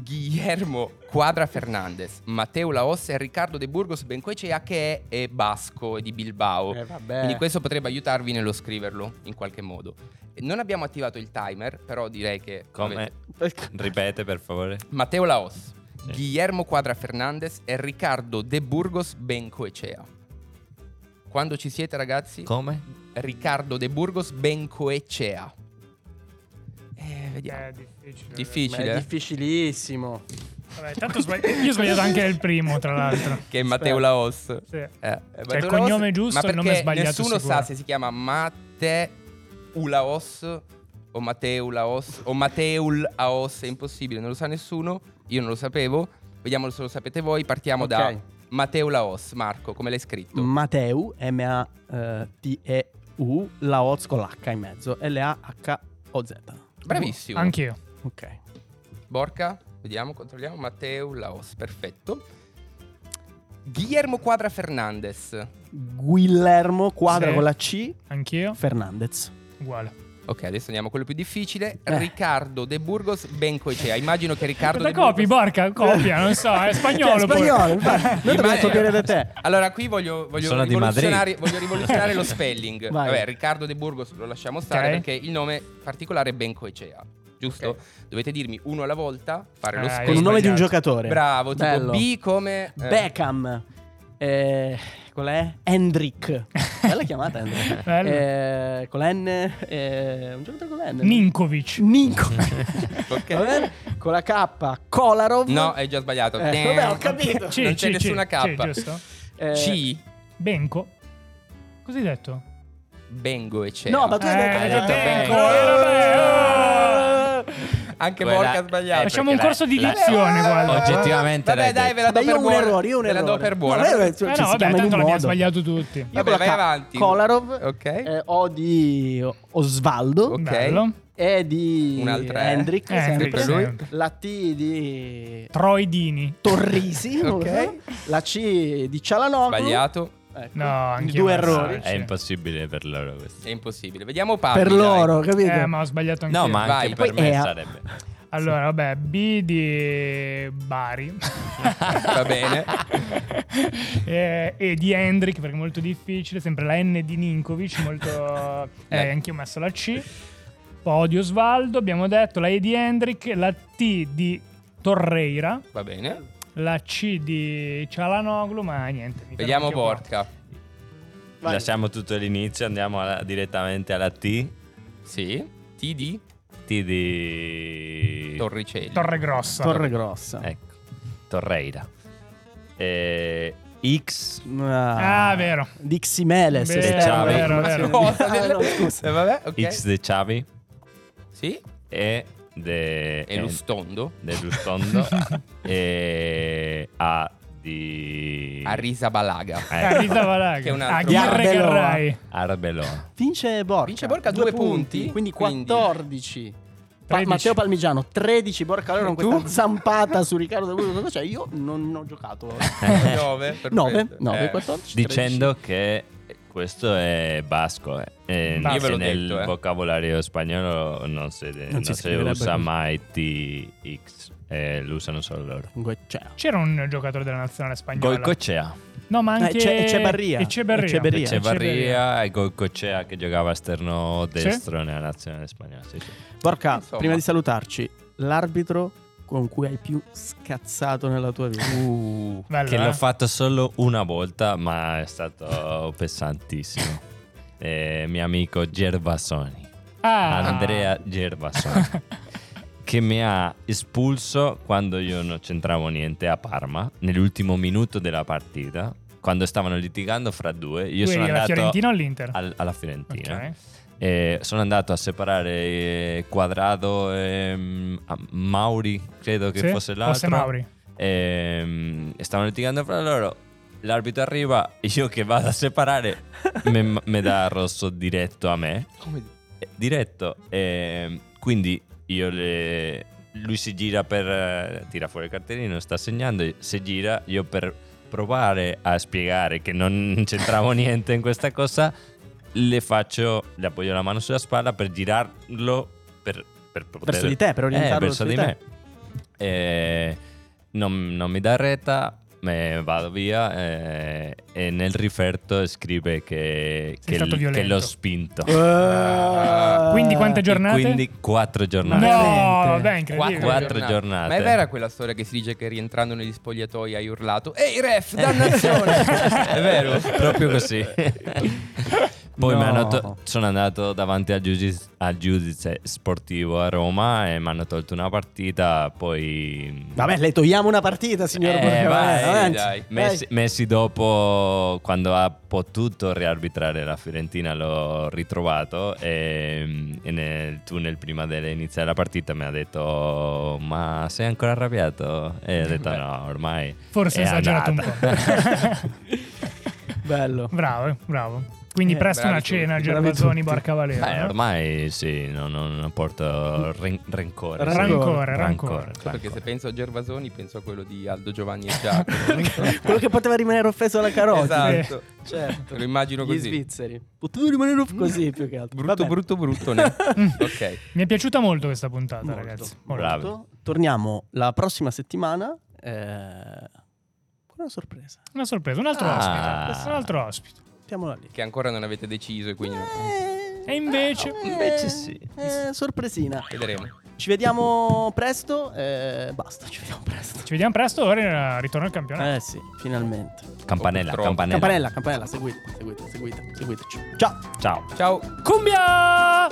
[SPEAKER 11] Guillermo Quadra Fernandez, Matteo Laos e Riccardo De Burgos Bencoecea che è, è basco e di Bilbao.
[SPEAKER 2] Eh, vabbè.
[SPEAKER 11] Quindi questo potrebbe aiutarvi nello scriverlo in qualche modo. Non abbiamo attivato il timer, però direi che
[SPEAKER 1] Come? Ripete per favore.
[SPEAKER 11] Matteo Laos,
[SPEAKER 1] Sì.
[SPEAKER 11] Guillermo Quadra Fernandez e Riccardo De Burgos Bencoecea. Quando ci siete, ragazzi?
[SPEAKER 1] Come?
[SPEAKER 11] Riccardo De Burgos Bencoecea. Eh, vediamo.
[SPEAKER 3] Eh,
[SPEAKER 2] Ma è
[SPEAKER 3] difficile.
[SPEAKER 11] Difficile. eh?
[SPEAKER 2] difficilissimo.
[SPEAKER 3] Vabbè, tanto sbagli- Io ho sbagliato anche il primo, tra l'altro.
[SPEAKER 11] <laughs> Che è Matteo Laos. Eh,
[SPEAKER 3] Sì.
[SPEAKER 11] Matteo
[SPEAKER 3] Cioè, il
[SPEAKER 11] Laos,
[SPEAKER 3] cognome giusto,
[SPEAKER 11] ma
[SPEAKER 3] il nome
[SPEAKER 11] perché
[SPEAKER 3] sbagliato
[SPEAKER 11] Nessuno
[SPEAKER 3] sicuro.
[SPEAKER 11] sa se si chiama Matteo Laos o Matteo Laos o Matteul Laos. È impossibile, non lo sa nessuno. Io non lo sapevo. Vediamo se lo sapete voi. Partiamo
[SPEAKER 2] Ok.
[SPEAKER 11] da Matteo Laos. Marco, come l'hai scritto?
[SPEAKER 2] Mm. Matteo, M-A-T-E-U, la Oz con l'H in mezzo, L-A-H-O-Z.
[SPEAKER 11] Bravissimo.
[SPEAKER 3] Anch'io.
[SPEAKER 2] Ok.
[SPEAKER 11] Borca, vediamo, controlliamo. Matteo Laos, perfetto. Guillermo Quadra Fernandez.
[SPEAKER 2] Guillermo Quadra
[SPEAKER 3] Sì.
[SPEAKER 2] con la C,
[SPEAKER 3] Anch'io.
[SPEAKER 2] Fernandez.
[SPEAKER 3] Uguale.
[SPEAKER 11] Ok, adesso andiamo a quello più difficile. Riccardo De Burgos Bencoechea. Immagino che Riccardo
[SPEAKER 3] Cosa
[SPEAKER 11] De
[SPEAKER 3] copi, porca? Copia, non so,
[SPEAKER 2] <laughs>
[SPEAKER 3] è
[SPEAKER 2] Cioè,
[SPEAKER 3] spagnolo. poi.
[SPEAKER 11] <laughs> Immagino-
[SPEAKER 2] da te.
[SPEAKER 11] Allora, qui voglio, voglio
[SPEAKER 1] Sono di
[SPEAKER 11] rivoluzionare,
[SPEAKER 1] Madrid.
[SPEAKER 11] voglio rivoluzionare lo spelling.
[SPEAKER 1] Vai.
[SPEAKER 11] Vabbè, Riccardo De Burgos lo lasciamo stare
[SPEAKER 3] Ok.
[SPEAKER 11] perché il nome particolare è Bencoechea. Giusto? Dovete dirmi uno alla volta, fare lo
[SPEAKER 2] Eh,
[SPEAKER 11] spelling.
[SPEAKER 2] con il nome di un giocatore.
[SPEAKER 11] Bravo, tipo
[SPEAKER 2] Bello.
[SPEAKER 11] B come... eh,
[SPEAKER 2] Beckham. Eh, qual è?
[SPEAKER 11] <laughs>
[SPEAKER 2] Hendrick. Bella chiamata Hendrick.
[SPEAKER 3] Bello.
[SPEAKER 2] Eh, con la N. eh, un giocatore con la N.
[SPEAKER 3] Ninkovic.
[SPEAKER 2] Ninkovic.
[SPEAKER 11] <laughs> Ok.
[SPEAKER 2] Va bene? Con la K. Kolarov.
[SPEAKER 11] No, hai già sbagliato.
[SPEAKER 2] Eh,
[SPEAKER 11] Damn.
[SPEAKER 2] vabbè, ho
[SPEAKER 11] <laughs>
[SPEAKER 2] capito.
[SPEAKER 3] Sì,
[SPEAKER 11] non c'è
[SPEAKER 3] sì,
[SPEAKER 11] nessuna
[SPEAKER 3] sì,
[SPEAKER 11] K.
[SPEAKER 3] sì, giusto.
[SPEAKER 2] Eh,
[SPEAKER 11] C,
[SPEAKER 3] Benco. Cos'hai detto?
[SPEAKER 11] Bengo e c'è.
[SPEAKER 2] No, ma tu hai detto-
[SPEAKER 11] hai detto
[SPEAKER 3] Eh,
[SPEAKER 11] Bengo.
[SPEAKER 1] Eh,
[SPEAKER 11] Eh.
[SPEAKER 3] era Benco.
[SPEAKER 11] Anche
[SPEAKER 1] Quella-
[SPEAKER 11] Borca ha sbagliato.
[SPEAKER 3] Facciamo un
[SPEAKER 1] perché
[SPEAKER 3] corso di
[SPEAKER 1] la- Eh,
[SPEAKER 3] dizione, guarda.
[SPEAKER 1] Oggettivamente
[SPEAKER 11] Vabbè,
[SPEAKER 1] l'hai
[SPEAKER 11] dai,
[SPEAKER 1] detto.
[SPEAKER 11] ve la do
[SPEAKER 2] Beh, io
[SPEAKER 11] per
[SPEAKER 2] ho un
[SPEAKER 11] buona.
[SPEAKER 2] errore, io ho un
[SPEAKER 11] ve la do
[SPEAKER 2] errore.
[SPEAKER 11] per buona.
[SPEAKER 2] No, lei- cioè,
[SPEAKER 3] Eh
[SPEAKER 2] ci
[SPEAKER 3] no,
[SPEAKER 2] si
[SPEAKER 3] vabbè,
[SPEAKER 2] chiama in
[SPEAKER 3] tanto
[SPEAKER 2] un
[SPEAKER 3] l'abbiamo
[SPEAKER 2] modo.
[SPEAKER 3] sbagliato tutti.
[SPEAKER 11] Vabbè,
[SPEAKER 2] Io con la
[SPEAKER 11] vai
[SPEAKER 2] K.
[SPEAKER 11] avanti.
[SPEAKER 2] Kolarov.
[SPEAKER 11] Ok.
[SPEAKER 2] eh, o di Osvaldo.
[SPEAKER 11] Ok.
[SPEAKER 3] Bello.
[SPEAKER 2] E di
[SPEAKER 11] Un'altra E.
[SPEAKER 2] Hendrick.
[SPEAKER 3] Eh, Hendrick,
[SPEAKER 2] sempre.
[SPEAKER 3] sempre.
[SPEAKER 2] La T di
[SPEAKER 3] Troidini.
[SPEAKER 11] <laughs>
[SPEAKER 2] Torrisi. non lo so. La C di Cialanoglu.
[SPEAKER 11] Sbagliato.
[SPEAKER 2] Ecco.
[SPEAKER 3] No, anch'io
[SPEAKER 2] Due
[SPEAKER 3] non so.
[SPEAKER 2] errori.
[SPEAKER 1] Eh, È impossibile per loro questo.
[SPEAKER 11] È impossibile. Vediamo Papi.
[SPEAKER 2] Per
[SPEAKER 11] Ah, dai.
[SPEAKER 2] loro, capito?
[SPEAKER 3] Eh, ma ho sbagliato anche
[SPEAKER 1] No, ma
[SPEAKER 11] Vai,
[SPEAKER 1] anche
[SPEAKER 11] poi
[SPEAKER 1] per me
[SPEAKER 2] Ea.
[SPEAKER 1] sarebbe.
[SPEAKER 3] Allora, vabbè, B di Bari.
[SPEAKER 11] <laughs> Va bene.
[SPEAKER 3] Eh, <laughs> e di Hendrik perché è molto difficile. Sempre la N di Ninkovic,
[SPEAKER 11] <laughs>
[SPEAKER 3] molto. Eh,
[SPEAKER 11] Dai.
[SPEAKER 3] anche io ho messo la C. Poi di Osvaldo, abbiamo detto la E di Hendrik, la T di Torreira,
[SPEAKER 11] Va bene.
[SPEAKER 3] la C di Cialanoglu, ma niente. mi
[SPEAKER 11] Vediamo
[SPEAKER 3] fermo anche
[SPEAKER 11] Borca.
[SPEAKER 2] Vai.
[SPEAKER 1] Lasciamo tutto all'inizio, andiamo alla- direttamente alla T.
[SPEAKER 11] Sì. TD
[SPEAKER 1] T di...
[SPEAKER 11] Torricelli.
[SPEAKER 3] qua. Torre
[SPEAKER 11] <laughs>
[SPEAKER 3] Grossa.
[SPEAKER 2] Torre Grossa.
[SPEAKER 11] Eh.
[SPEAKER 1] Ecco, Torreira. Eh, X.
[SPEAKER 2] Ah,
[SPEAKER 3] Ah, vero.
[SPEAKER 2] Di Ximeles.
[SPEAKER 3] Vero,
[SPEAKER 2] esterno della
[SPEAKER 1] vero,
[SPEAKER 2] formazione.
[SPEAKER 3] vero.
[SPEAKER 2] Ah, no, scusa.
[SPEAKER 11] Eh, vabbè, ok.
[SPEAKER 1] X de Xavi
[SPEAKER 11] Sì.
[SPEAKER 1] e de...
[SPEAKER 11] E Lustondo.
[SPEAKER 1] De Lustondo. e A di...
[SPEAKER 11] Arisa Balaga.
[SPEAKER 1] Eh,
[SPEAKER 12] <laughs>
[SPEAKER 3] Ah, Rita Valaga.
[SPEAKER 11] Che è un
[SPEAKER 3] Ah,
[SPEAKER 11] altro-
[SPEAKER 3] Aguirre
[SPEAKER 2] Arbeloa.
[SPEAKER 3] Garray.
[SPEAKER 1] Arbeloa.
[SPEAKER 2] Vince Borca.
[SPEAKER 11] Vince Borca due punti,
[SPEAKER 2] Quindi
[SPEAKER 11] quindi-
[SPEAKER 2] 14. Pa-
[SPEAKER 3] 13.
[SPEAKER 2] Matteo Palmigiano 13 Borca allora con
[SPEAKER 11] E tu?
[SPEAKER 2] questa zampata su Riccardo De Burgos. Cioè, io non non ho giocato <laughs>
[SPEAKER 11] 9.
[SPEAKER 2] 9 9 14
[SPEAKER 1] Dicendo che questo è basco. eh. E
[SPEAKER 3] Basco.
[SPEAKER 11] Io ve l'ho
[SPEAKER 1] nel
[SPEAKER 11] detto, eh.
[SPEAKER 1] vocabolario spagnolo non si, non
[SPEAKER 2] si
[SPEAKER 1] si
[SPEAKER 2] scriverebbe
[SPEAKER 1] usa
[SPEAKER 2] così.
[SPEAKER 1] mai TX, eh, lo usano solo loro.
[SPEAKER 2] 13. Cioè,
[SPEAKER 3] C'era un giocatore della nazionale spagnola.
[SPEAKER 1] Goicocea.
[SPEAKER 3] No, ma
[SPEAKER 2] Eh,
[SPEAKER 3] anche
[SPEAKER 2] c'è- e c'è Barria.
[SPEAKER 3] E c'è Barria.
[SPEAKER 2] E c'è Barria.
[SPEAKER 1] Echevarria e Goicocea che giocava a esterno
[SPEAKER 3] Sì.
[SPEAKER 1] destro nella nazionale spagnola. sì, sì.
[SPEAKER 2] Borca,
[SPEAKER 11] Insomma.
[SPEAKER 2] prima di salutarci, l'arbitro con cui hai più scazzato nella tua vita. <laughs>
[SPEAKER 11] Uh.
[SPEAKER 3] Bello,
[SPEAKER 1] che
[SPEAKER 3] eh?
[SPEAKER 1] l'ho fatto solo una volta, ma è stato
[SPEAKER 3] <laughs>
[SPEAKER 1] pesantissimo. Eh, mio amico Gervasoni,
[SPEAKER 3] Ah. <laughs>
[SPEAKER 1] Andrea Gervasoni, che mi ha espulso quando io non c'entravo niente a Parma, nell'ultimo minuto della partita, quando stavano litigando fra due. Io
[SPEAKER 3] Tu
[SPEAKER 1] sono
[SPEAKER 3] eri alla
[SPEAKER 1] andato
[SPEAKER 3] Fiorentina o all'Inter?
[SPEAKER 1] al- alla Fiorentina.
[SPEAKER 3] Ok.
[SPEAKER 1] E sono andato a separare eh, Quadrado e mm, a- Mauri, credo che
[SPEAKER 3] Sì?
[SPEAKER 1] fosse l'altro.
[SPEAKER 3] Fosse Mauri.
[SPEAKER 1] Ehm, E, stavano litigando fra loro. L'arbitro arriva, io che vado a separare, me- me dà rosso diretto a me. Eh, Diretto. ehm, quindi io le- lui si gira per... eh, tira fuori il cartellino, sta segnando, si gira, io per provare a spiegare che non c'entravo niente in questa cosa, le faccio, le appoggio la mano sulla spalla per girarlo per, per poter,
[SPEAKER 2] Verso di te, per orientarlo
[SPEAKER 1] Eh, verso
[SPEAKER 2] verso
[SPEAKER 1] di
[SPEAKER 2] di
[SPEAKER 1] me. Eh, non, non mi dà retta, me vado via eh, e nel riferto scrive che, che,
[SPEAKER 3] stato
[SPEAKER 1] l-
[SPEAKER 3] violento.
[SPEAKER 1] che l'ho spinto.
[SPEAKER 2] Eh,
[SPEAKER 3] Quindi quante giornate?
[SPEAKER 1] Quindi quattro
[SPEAKER 3] No,
[SPEAKER 1] giornate.
[SPEAKER 2] Veramente.
[SPEAKER 3] vabbè, incredibile.
[SPEAKER 1] Quattro giornate.
[SPEAKER 11] Ma è vera quella storia che si dice che rientrando negli spogliatoi hai urlato Ehi ref, dannazione!
[SPEAKER 1] <laughs>
[SPEAKER 11] è vero?
[SPEAKER 1] Eh. Proprio
[SPEAKER 11] <laughs>
[SPEAKER 1] così. Poi
[SPEAKER 2] No.
[SPEAKER 1] mi hanno to- sono andato davanti al giudice, al giudice sportivo a Roma e mi hanno tolto una partita. Poi.
[SPEAKER 2] Vabbè, le togliamo una partita, signor
[SPEAKER 1] Eh,
[SPEAKER 2] Borca.
[SPEAKER 1] vai,
[SPEAKER 2] avanti.
[SPEAKER 11] dai.
[SPEAKER 1] Mesi, mesi dopo, quando ha potuto riarbitrare la Fiorentina, l'ho ritrovato e, e nel tunnel prima dell'iniziare la partita mi ha detto ma sei ancora arrabbiato? E ho detto no, ormai
[SPEAKER 3] Forse
[SPEAKER 1] è
[SPEAKER 3] ho esagerato
[SPEAKER 1] andata."
[SPEAKER 3] un po'. <laughs>
[SPEAKER 2] Bello.
[SPEAKER 3] bravo, bravo. Quindi
[SPEAKER 2] Eh,
[SPEAKER 3] presto una
[SPEAKER 2] bravi tutti,
[SPEAKER 3] cena,
[SPEAKER 2] bravi
[SPEAKER 3] Gervasoni,
[SPEAKER 2] tutti.
[SPEAKER 3] Barca Valero.
[SPEAKER 1] Eh,
[SPEAKER 3] no?
[SPEAKER 1] ormai sì, no, no, non porta ren- rencore. sì.
[SPEAKER 3] Rancore, rancore.
[SPEAKER 12] Perché se penso a Gervasoni penso a quello di Aldo Giovanni e
[SPEAKER 2] <laughs>
[SPEAKER 1] <laughs>
[SPEAKER 12] Giacomo.
[SPEAKER 2] Quello che poteva rimanere offeso alla carota.
[SPEAKER 12] Esatto.
[SPEAKER 2] Eh, certo.
[SPEAKER 12] Te lo immagino
[SPEAKER 2] Gli
[SPEAKER 12] così.
[SPEAKER 2] svizzeri. Potevo rimanere off- così più che altro.
[SPEAKER 12] Brutto,
[SPEAKER 2] Vabbè.
[SPEAKER 12] brutto, brutto,
[SPEAKER 2] <laughs>
[SPEAKER 12] ne. ok.
[SPEAKER 3] Eh. Mm. Mi è piaciuta molto questa puntata, ragazzi. Molto.
[SPEAKER 2] Molto. Torniamo la prossima settimana eh, con una sorpresa.
[SPEAKER 3] Una sorpresa, un altro
[SPEAKER 2] Ah.
[SPEAKER 3] ospite. Questo è un altro ospite.
[SPEAKER 2] Mettiamola lì.
[SPEAKER 12] Che ancora non avete deciso e quindi...
[SPEAKER 2] Eh.
[SPEAKER 3] E invece...
[SPEAKER 2] invece sì. Eh, sorpresina.
[SPEAKER 12] Vedremo.
[SPEAKER 2] Ci vediamo presto. eh, basta, ci vediamo presto.
[SPEAKER 3] Ci vediamo presto, ora ritorno al campionato.
[SPEAKER 2] Eh sì, finalmente.
[SPEAKER 1] Campanella,
[SPEAKER 12] Purtroppo.
[SPEAKER 1] campanella.
[SPEAKER 2] Campanella, campanella, seguite, seguite, seguite, seguiteci. Ciao!
[SPEAKER 1] Ciao.
[SPEAKER 12] Ciao.
[SPEAKER 3] Cumbia!